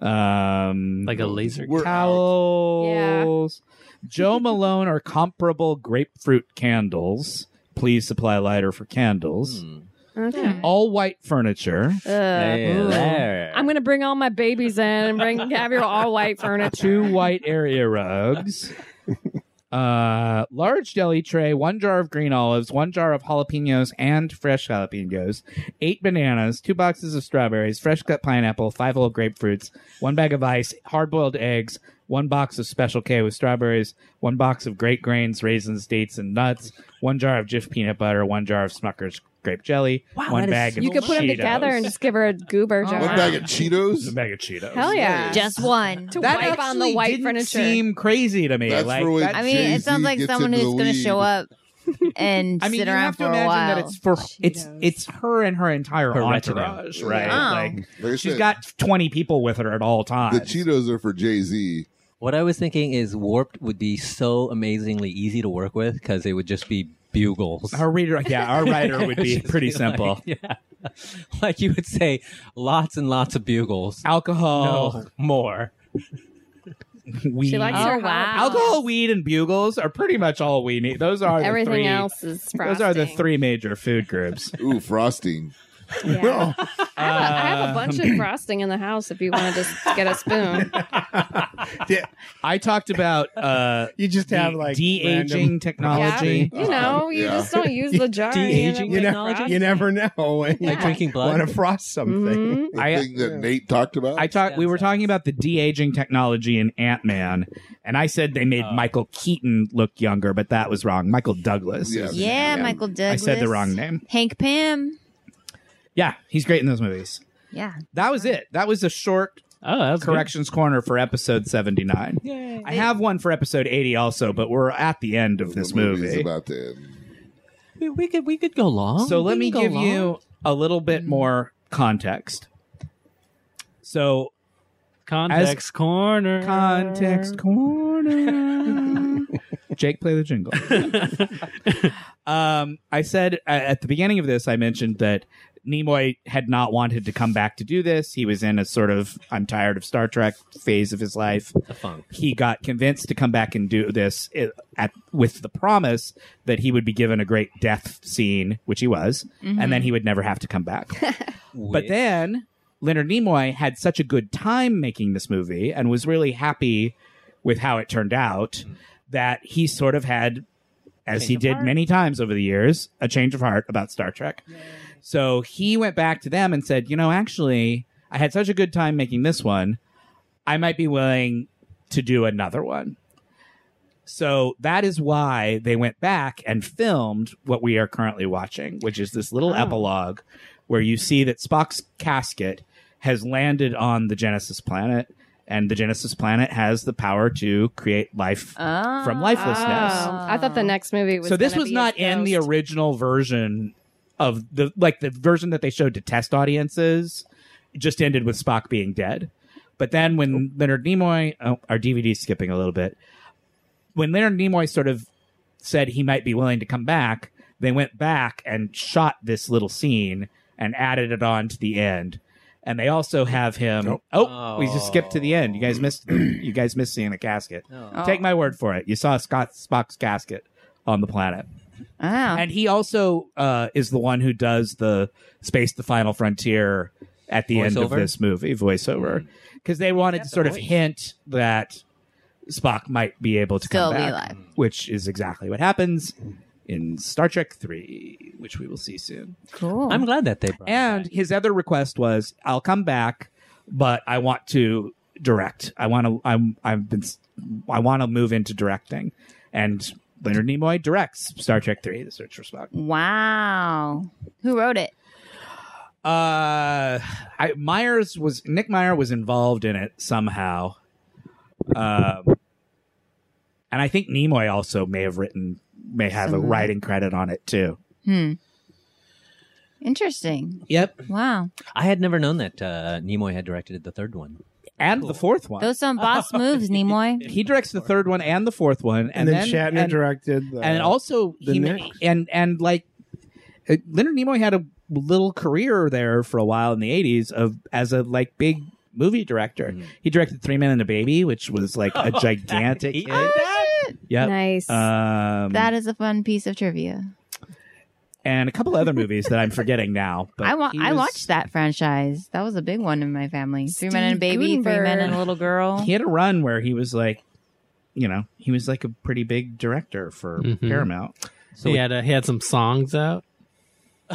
Um, like a laser. We're towels. Joe Malone are comparable grapefruit candles. Please supply lighter for candles. Hmm. Okay. All white furniture. Hey Ooh. there. I'm gonna bring all my babies in and bring have your all white furniture. Two white area rugs. Uh, large deli tray, one jar of green olives, one jar of jalapenos and fresh jalapenos, eight bananas, two boxes of strawberries, fresh cut pineapple, five whole grapefruits, one bag of ice, hard boiled eggs, one box of special K with strawberries, one box of great grains, raisins, dates, and nuts, one jar of Jif peanut butter, one jar of Smucker's grape jelly, Wow, one that is bag of You could put them together and just give her a goober jar. One bag of a Cheetos. bag of Cheetos. Hell yeah! Just one. to that wipe on the actually white didn't furniture. seem crazy to me. That's like really- that I mean, Jay-Z it sounds like gets someone into who's the going to weed. show up and I mean, sit you around have to for a imagine while. that it's for it's Cheetos. it's her and her entire Her entourage, retinue. right? Yeah. Like Like I she's said, got twenty people with her at all times. the Cheetos are for Jay Z. What I was thinking is warped would be so amazingly easy to work with because it would just be bugles. her reader, yeah, our writer would be Just pretty like- simple. yeah, like you would say, lots and lots of bugles. Alcohol, No more. weed. She likes Oh, her wow. hot dogs. Alcohol, weed, and bugles are pretty much all we need. Those are Everything the three, else is frosting. Those are the three major food groups. Ooh, frosting. Yeah. I, have a, I have a uh, Um, bunch of frosting in the house. If you want to just get a spoon, Yeah, I talked about uh, you just have the like de random- aging technology. you know, you Yeah. just don't use the jar. you De-aging You know, never, you never know when you Like drinking blood. want to frost something. Mhm. The I- thing that Nate talked about. I talked. We were talking about the de aging technology in Ant Man, and I said they made Michael Keaton look younger, but that was wrong. Michael Douglas. Yeah. is- Yeah, Michael I Douglas. said the wrong name. Hank Pym. Yeah, he's great in those movies. Yeah. That was it. That was a short Oh, that's good. corrections corner for episode seventy nine. I have one for episode eighty also, but we're at the end of this the movie's movie. about to end. We, we could we could go long. So We let can me go give long. you a little bit more context. So Context corner. Context corner. Jake, play the jingle. um, I said uh, at the beginning of this, I mentioned that Nimoy had not wanted to come back to do this. He was in a sort of I'm tired of Star Trek phase of his life. the funk. He got convinced to come back and do this i- at, with the promise that he would be given a great death scene, which he was, and then he would never have to come back. But Wait. then Leonard Nimoy had such a good time making this movie and was really happy with how it turned out that he sort of had, as Change he of did heart. many times over the years, a change of heart about Star Trek. So he went back to them and said, You know, actually, I had such a good time making this one. I might be willing to do another one. So that is why they went back and filmed what we are currently watching, which is this little epilogue where you see that Spock's casket has landed on the Genesis planet, and the Genesis planet has the power to create life Oh. from lifelessness. Oh, I thought the next movie was. so this gonna was be not his in the ghost. original version of the like the version that they showed to test audiences. It just ended with Spock being dead. But then when Leonard Nimoy, oh, our DVD's skipping a little bit. When Leonard Nimoy sort of said he might be willing to come back, they went back and shot this little scene and added it on to the end. And they also have him. Oh, we just skipped to the end. You guys missed. you guys missed seeing the casket. Oh. Take my word for it. You saw Scott Spock's casket on the planet. Wow. And he also uh, is the one who does the Space the Final Frontier at the end of Voiceover? this movie voiceover because they wanted to sort of hint that Spock might be able to Still come be back, alive. which is exactly what happens in Star Trek 3, which we will see soon. cool. I'm glad that they brought And it his other request was, "I'll come back, but I want to direct. I want to. I'm. I've been. s- I want to move into directing." And Leonard Nimoy directs Star Trek Three: The Search for Spock. wow. Who wrote it? Uh, I, Myers was Nick Meyer was involved in it somehow. Um, and I think Nimoy also may have written, may have a Somehow. writing credit on it too. Hmm. Interesting. Yep, Wow. back. I had never known that uh, Nimoy had directed the third one. and the fourth one. Those some boss moves, Nimoy. he directs the third one and the fourth one, and, And, then, Shatner and- directed. The, and also the he next. and and like uh, Leonard Nimoy had a little career there for a while in the 80s of as a like big movie director. Mm-hmm. Mhm. He directed Three Men and a Baby, which was like a gigantic He did hit. Yep. Nice. Um, That is a fun piece of trivia. and a couple other movies that I'm forgetting now. But I wa- he I was- watched that franchise. That was a big one in my family. three men and a Steve baby, three men Gutenberg. and a little girl. He had a run where he was like, you know, he was like a pretty big director for Mhm. Paramount. So he had a, he had some songs out.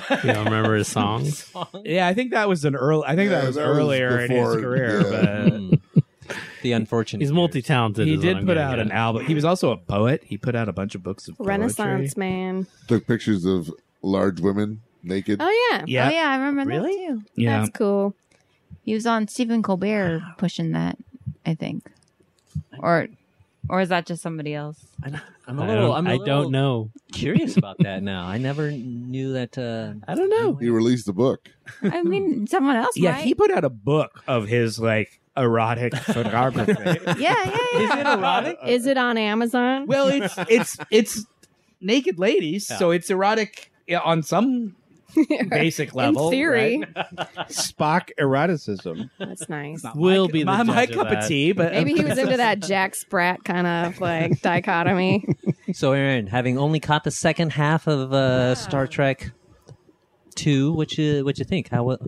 You don't remember his songs? Yeah, I think that was an early. I think Yeah, that was that was earlier in his before- career, yeah. but. Mm. the unfortunate. He's years. multi talented. He did put out an album. He was also a poet. He put out a bunch of books of Renaissance man. Took pictures of large women naked. Oh yeah. Yeah. Oh yeah, I remember Really? that too. poetry. Yeah, That's cool. He was on Stephen Colbert pushing that, I think. Or or is that just somebody else? I'm a I little. don't, I'm a I little don't know. Curious about that now. I never knew that. Uh, I don't know. He released a book. I mean someone else yeah. might. He put out a book of his like erotic photography. yeah, yeah, yeah. Is it erotic? Is it on Amazon? Well, it's it's it's naked ladies, Yeah. so it's erotic yeah, on some basic level. In theory, right? Spock eroticism. that's nice. It's not Will my, be the my, my judge of cup of that. tea, but Maybe he was into that Jack Sprat kind of like dichotomy. so, Aaron, having only caught the second half of uh, Star Trek Two, what you what you think? How what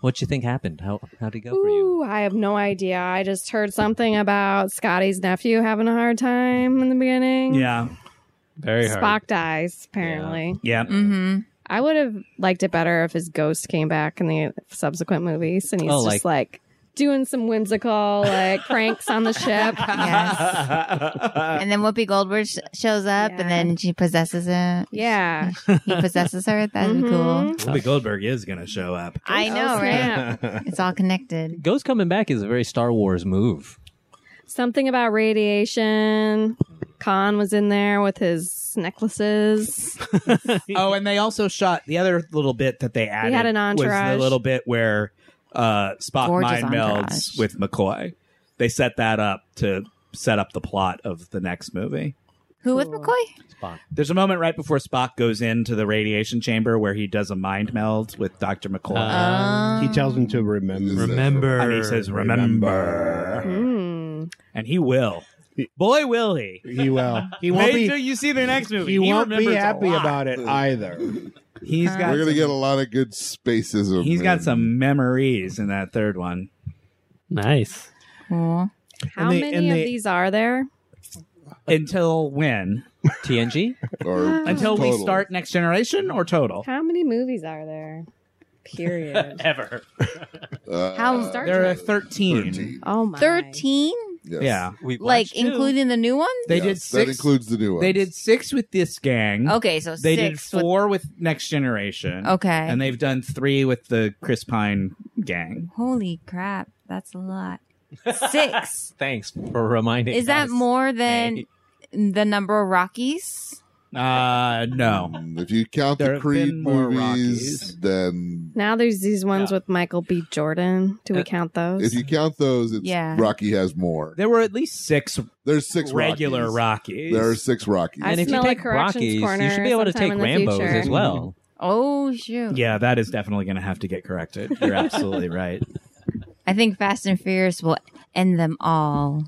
what you think happened? How how did it go for you? Ooh, I have no idea. I just heard something about Scotty's nephew having a hard time in the beginning. yeah, Very hard. Spock dies apparently. yeah. Mm-hmm. I would have liked it better if his ghost came back in the subsequent movies and he's Oh, just like doing some whimsical like pranks on the ship. Yes. and then Whoopi Goldberg sh- shows up, Yeah. and then she possesses him. Yeah. He possesses her. That'd be cool. Mm-hmm. Mhm. Whoopi Goldberg is gonna show up. I know, Oh, right? snap. It's all connected. Ghost coming back is a very Star Wars move. Something about radiation. Khan was in there with his necklaces. Oh, and they also shot the other little bit that they added. had an Was entourage. the little bit where uh, Spock Gorgeous mind melds entourage. with McCoy. They set that up to set up the plot of the next movie. Who with Cool. McCoy? There's a moment right before Spock goes into the radiation chamber where he does a mind meld with Dr. Uh, McCoy. Um, he tells him to remember. Remember, and he says, remember. Hmm. And he will. Boy, will he. He will. He won't Wait be. till you see their next movie. He, won't be remembers a happy lot. about it either. He's got We're gonna some- get a lot of good spacism. He's got and- some memories in that third one. Nice. cool. How they- many and of they- these are there? Until when? TNG. Or Until we total. start Next Generation or total? How many movies are there? Period. ever. Uh, How- Star There are Trek. 13. oh my. 13? Yes. Yeah. We Like, including the new ones? They Yes, did That six. includes the new one. They did six with this gang. Okay, so They did Oh, six. with- four with Next Generation. okay. And they've done three with the Chris Pine gang. Holy crap. That's a lot. Six. Thanks for reminding. Is that us. more than Hey. the number of Rockies? Uh no. Mm, If you count There the have Creed been more movies, Rockies. then Now there's these ones with Michael B. Jordan. Do we Uh, count if those? you count those, it's Yeah. Rocky has more. There were at least six, There's six regular Rockies. Rockies. There are six Rockies. I And if you smell a take corrections Rockies, you corner should be able to sometime take in the Rambo's future. as well. Oh, shoot. yeah, that is definitely going to have to get corrected. You're absolutely right. I think Fast and Furious will end them all.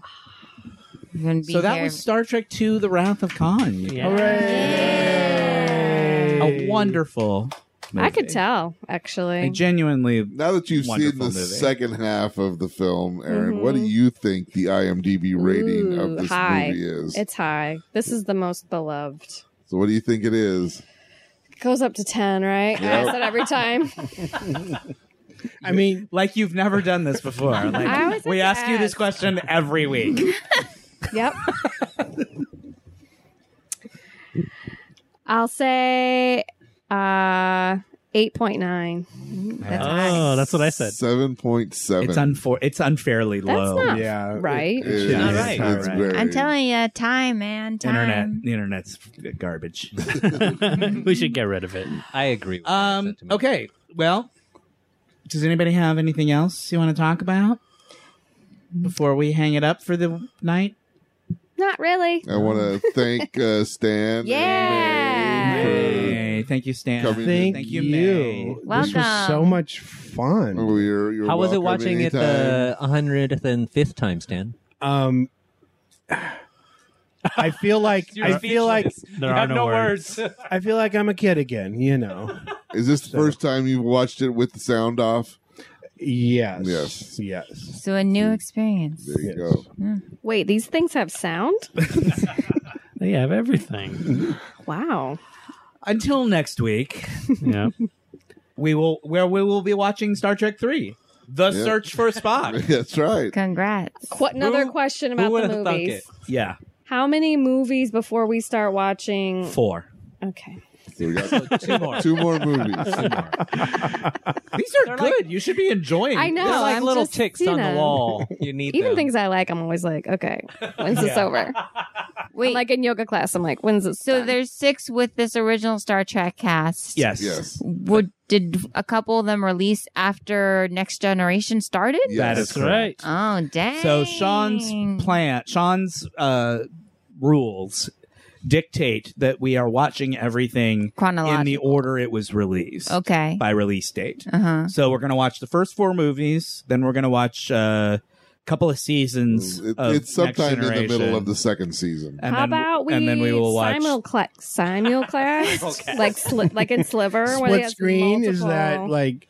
We're gonna be So that here- was Star Trek II: The Wrath of Khan. A wonderful. Movie. I could tell actually. I genuinely Now that you've seen the Wonderful movie. second half of the film, Aaron, Mhm. what do you think the IMDb rating Ooh, of this high. movie is? it's high. This is the most beloved. so, what do you think it is? It goes up to ten, right? I Yep. ask that every time. I mean, like you've never done this before. I always Like, we have to ask you this ask. question every week. yep. I'll say uh eight point nine. That's Oh, that's what I said. Seven point seven. It's unfor- It's unfairly That's low. not yeah, right. Uh, It is- not it's right. Right. very- I'm telling you, time, man. Time. Internet, the internet's garbage. we should get rid of it. I agree. With um. that sentiment. Okay. Well, does anybody have anything else you want to talk about before we hang it up for the night? Not really. I want to thank uh, Stan. and Yeah. May for- Hey, Thank you, Stan. Coming Thank, Thank you, you. May. This was so Welcome. much fun. Oh, you're, you're How was it welcome watching it uh, uh, anytime. the 105th time, Stan? Um, I feel like You're I feel like speechless. There you are have no, no words. words. I feel like I'm a kid again. You know. Is this the first time you've watched it with the sound off? Yes. Yes. Yes. So a new experience. There you Yes. go. Wait, these things have sound? They have everything. Wow. Until next week, yeah. we will where we will be watching Star Trek Three: The Yeah. Search for Spock. That's right. Congrats. Qu- another Who- question Who about would the have thunk movies. it? Yeah, How many movies before we start watching? four. Okay. So we got Two more. two more movies. These are They're good. you should be enjoying. I know. this. No, They're like I'm little just ticks seeing on them. the wall. You need Even them. things I like, I'm always like, okay, when's this over? Wait. I'm like in yoga class, I'm like, when's this? so done? there's six with this original Star Trek cast. Yes. Yes. Would did a couple of them release after Next Generation started? yes. That is That's right. Oh dang. So Sean's plan, Sean's uh, rules dictate that we are watching everything in the chronological. order it was released okay. by release date. Uh-huh. Uh huh. So we're gonna watch the first four movies, then we're gonna watch uh, a couple of seasons. It- of it's sometime Next in the middle Generation. of the second season. And How then, about we, And then we will watch. simulcla- simulcast, like sli- like in Sliver, where they Split have screen is multiple- that like?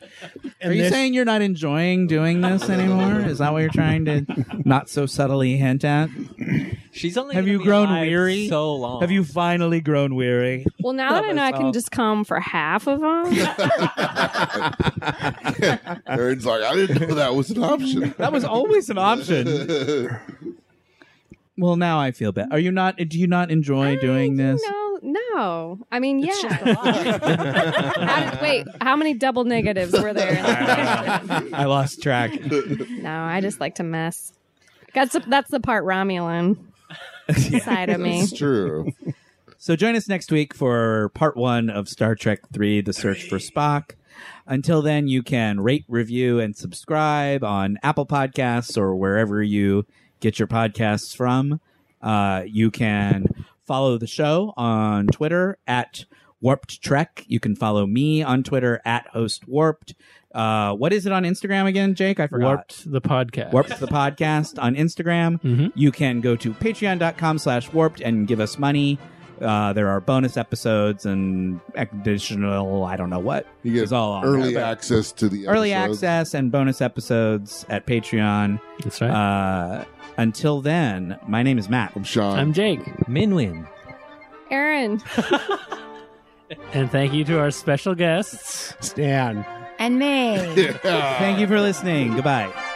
Are you saying you're not enjoying doing this anymore? Is that what you're trying to not so subtly hint at? She's only Have gonna you be grown alive weary? So long. Have you finally grown weary? Well, now that I know I can myself. just come for half of them. Aaron's like, I didn't know that was an option. That was always an option. Well, now I feel bad. Are you not? Do you not enjoy doing this? No, no. I mean, yeah. How did- wait, how many double negatives were there? In that question? I lost track. no, I just like to mess. That's that's the part Romulan side of me. It's true. So join us next week for part one of Star Trek Three: The Search for Spock. Until then, you can rate, review, and subscribe on Apple Podcasts or wherever you get your podcasts from. Uh, you can follow the show on Twitter at Warped Trek. You can follow me on Twitter at Host Warped. Uh, what is it on Instagram again, Jake? I forgot. Warped the podcast. Warped the podcast on Instagram. Mhm. You can go to patreon.com slash warped and give us money. Uh, there are bonus episodes and additional, I don't know what. You get It's all on early there, but- access to the Early episodes. access and bonus episodes at Patreon. That's right. Uh, until then, my name is Matt. I'm Sean. I'm Jake. Minwin. Aaron, And thank you to our special guests. Stan? And May. Yeah. Thank you for listening. Goodbye.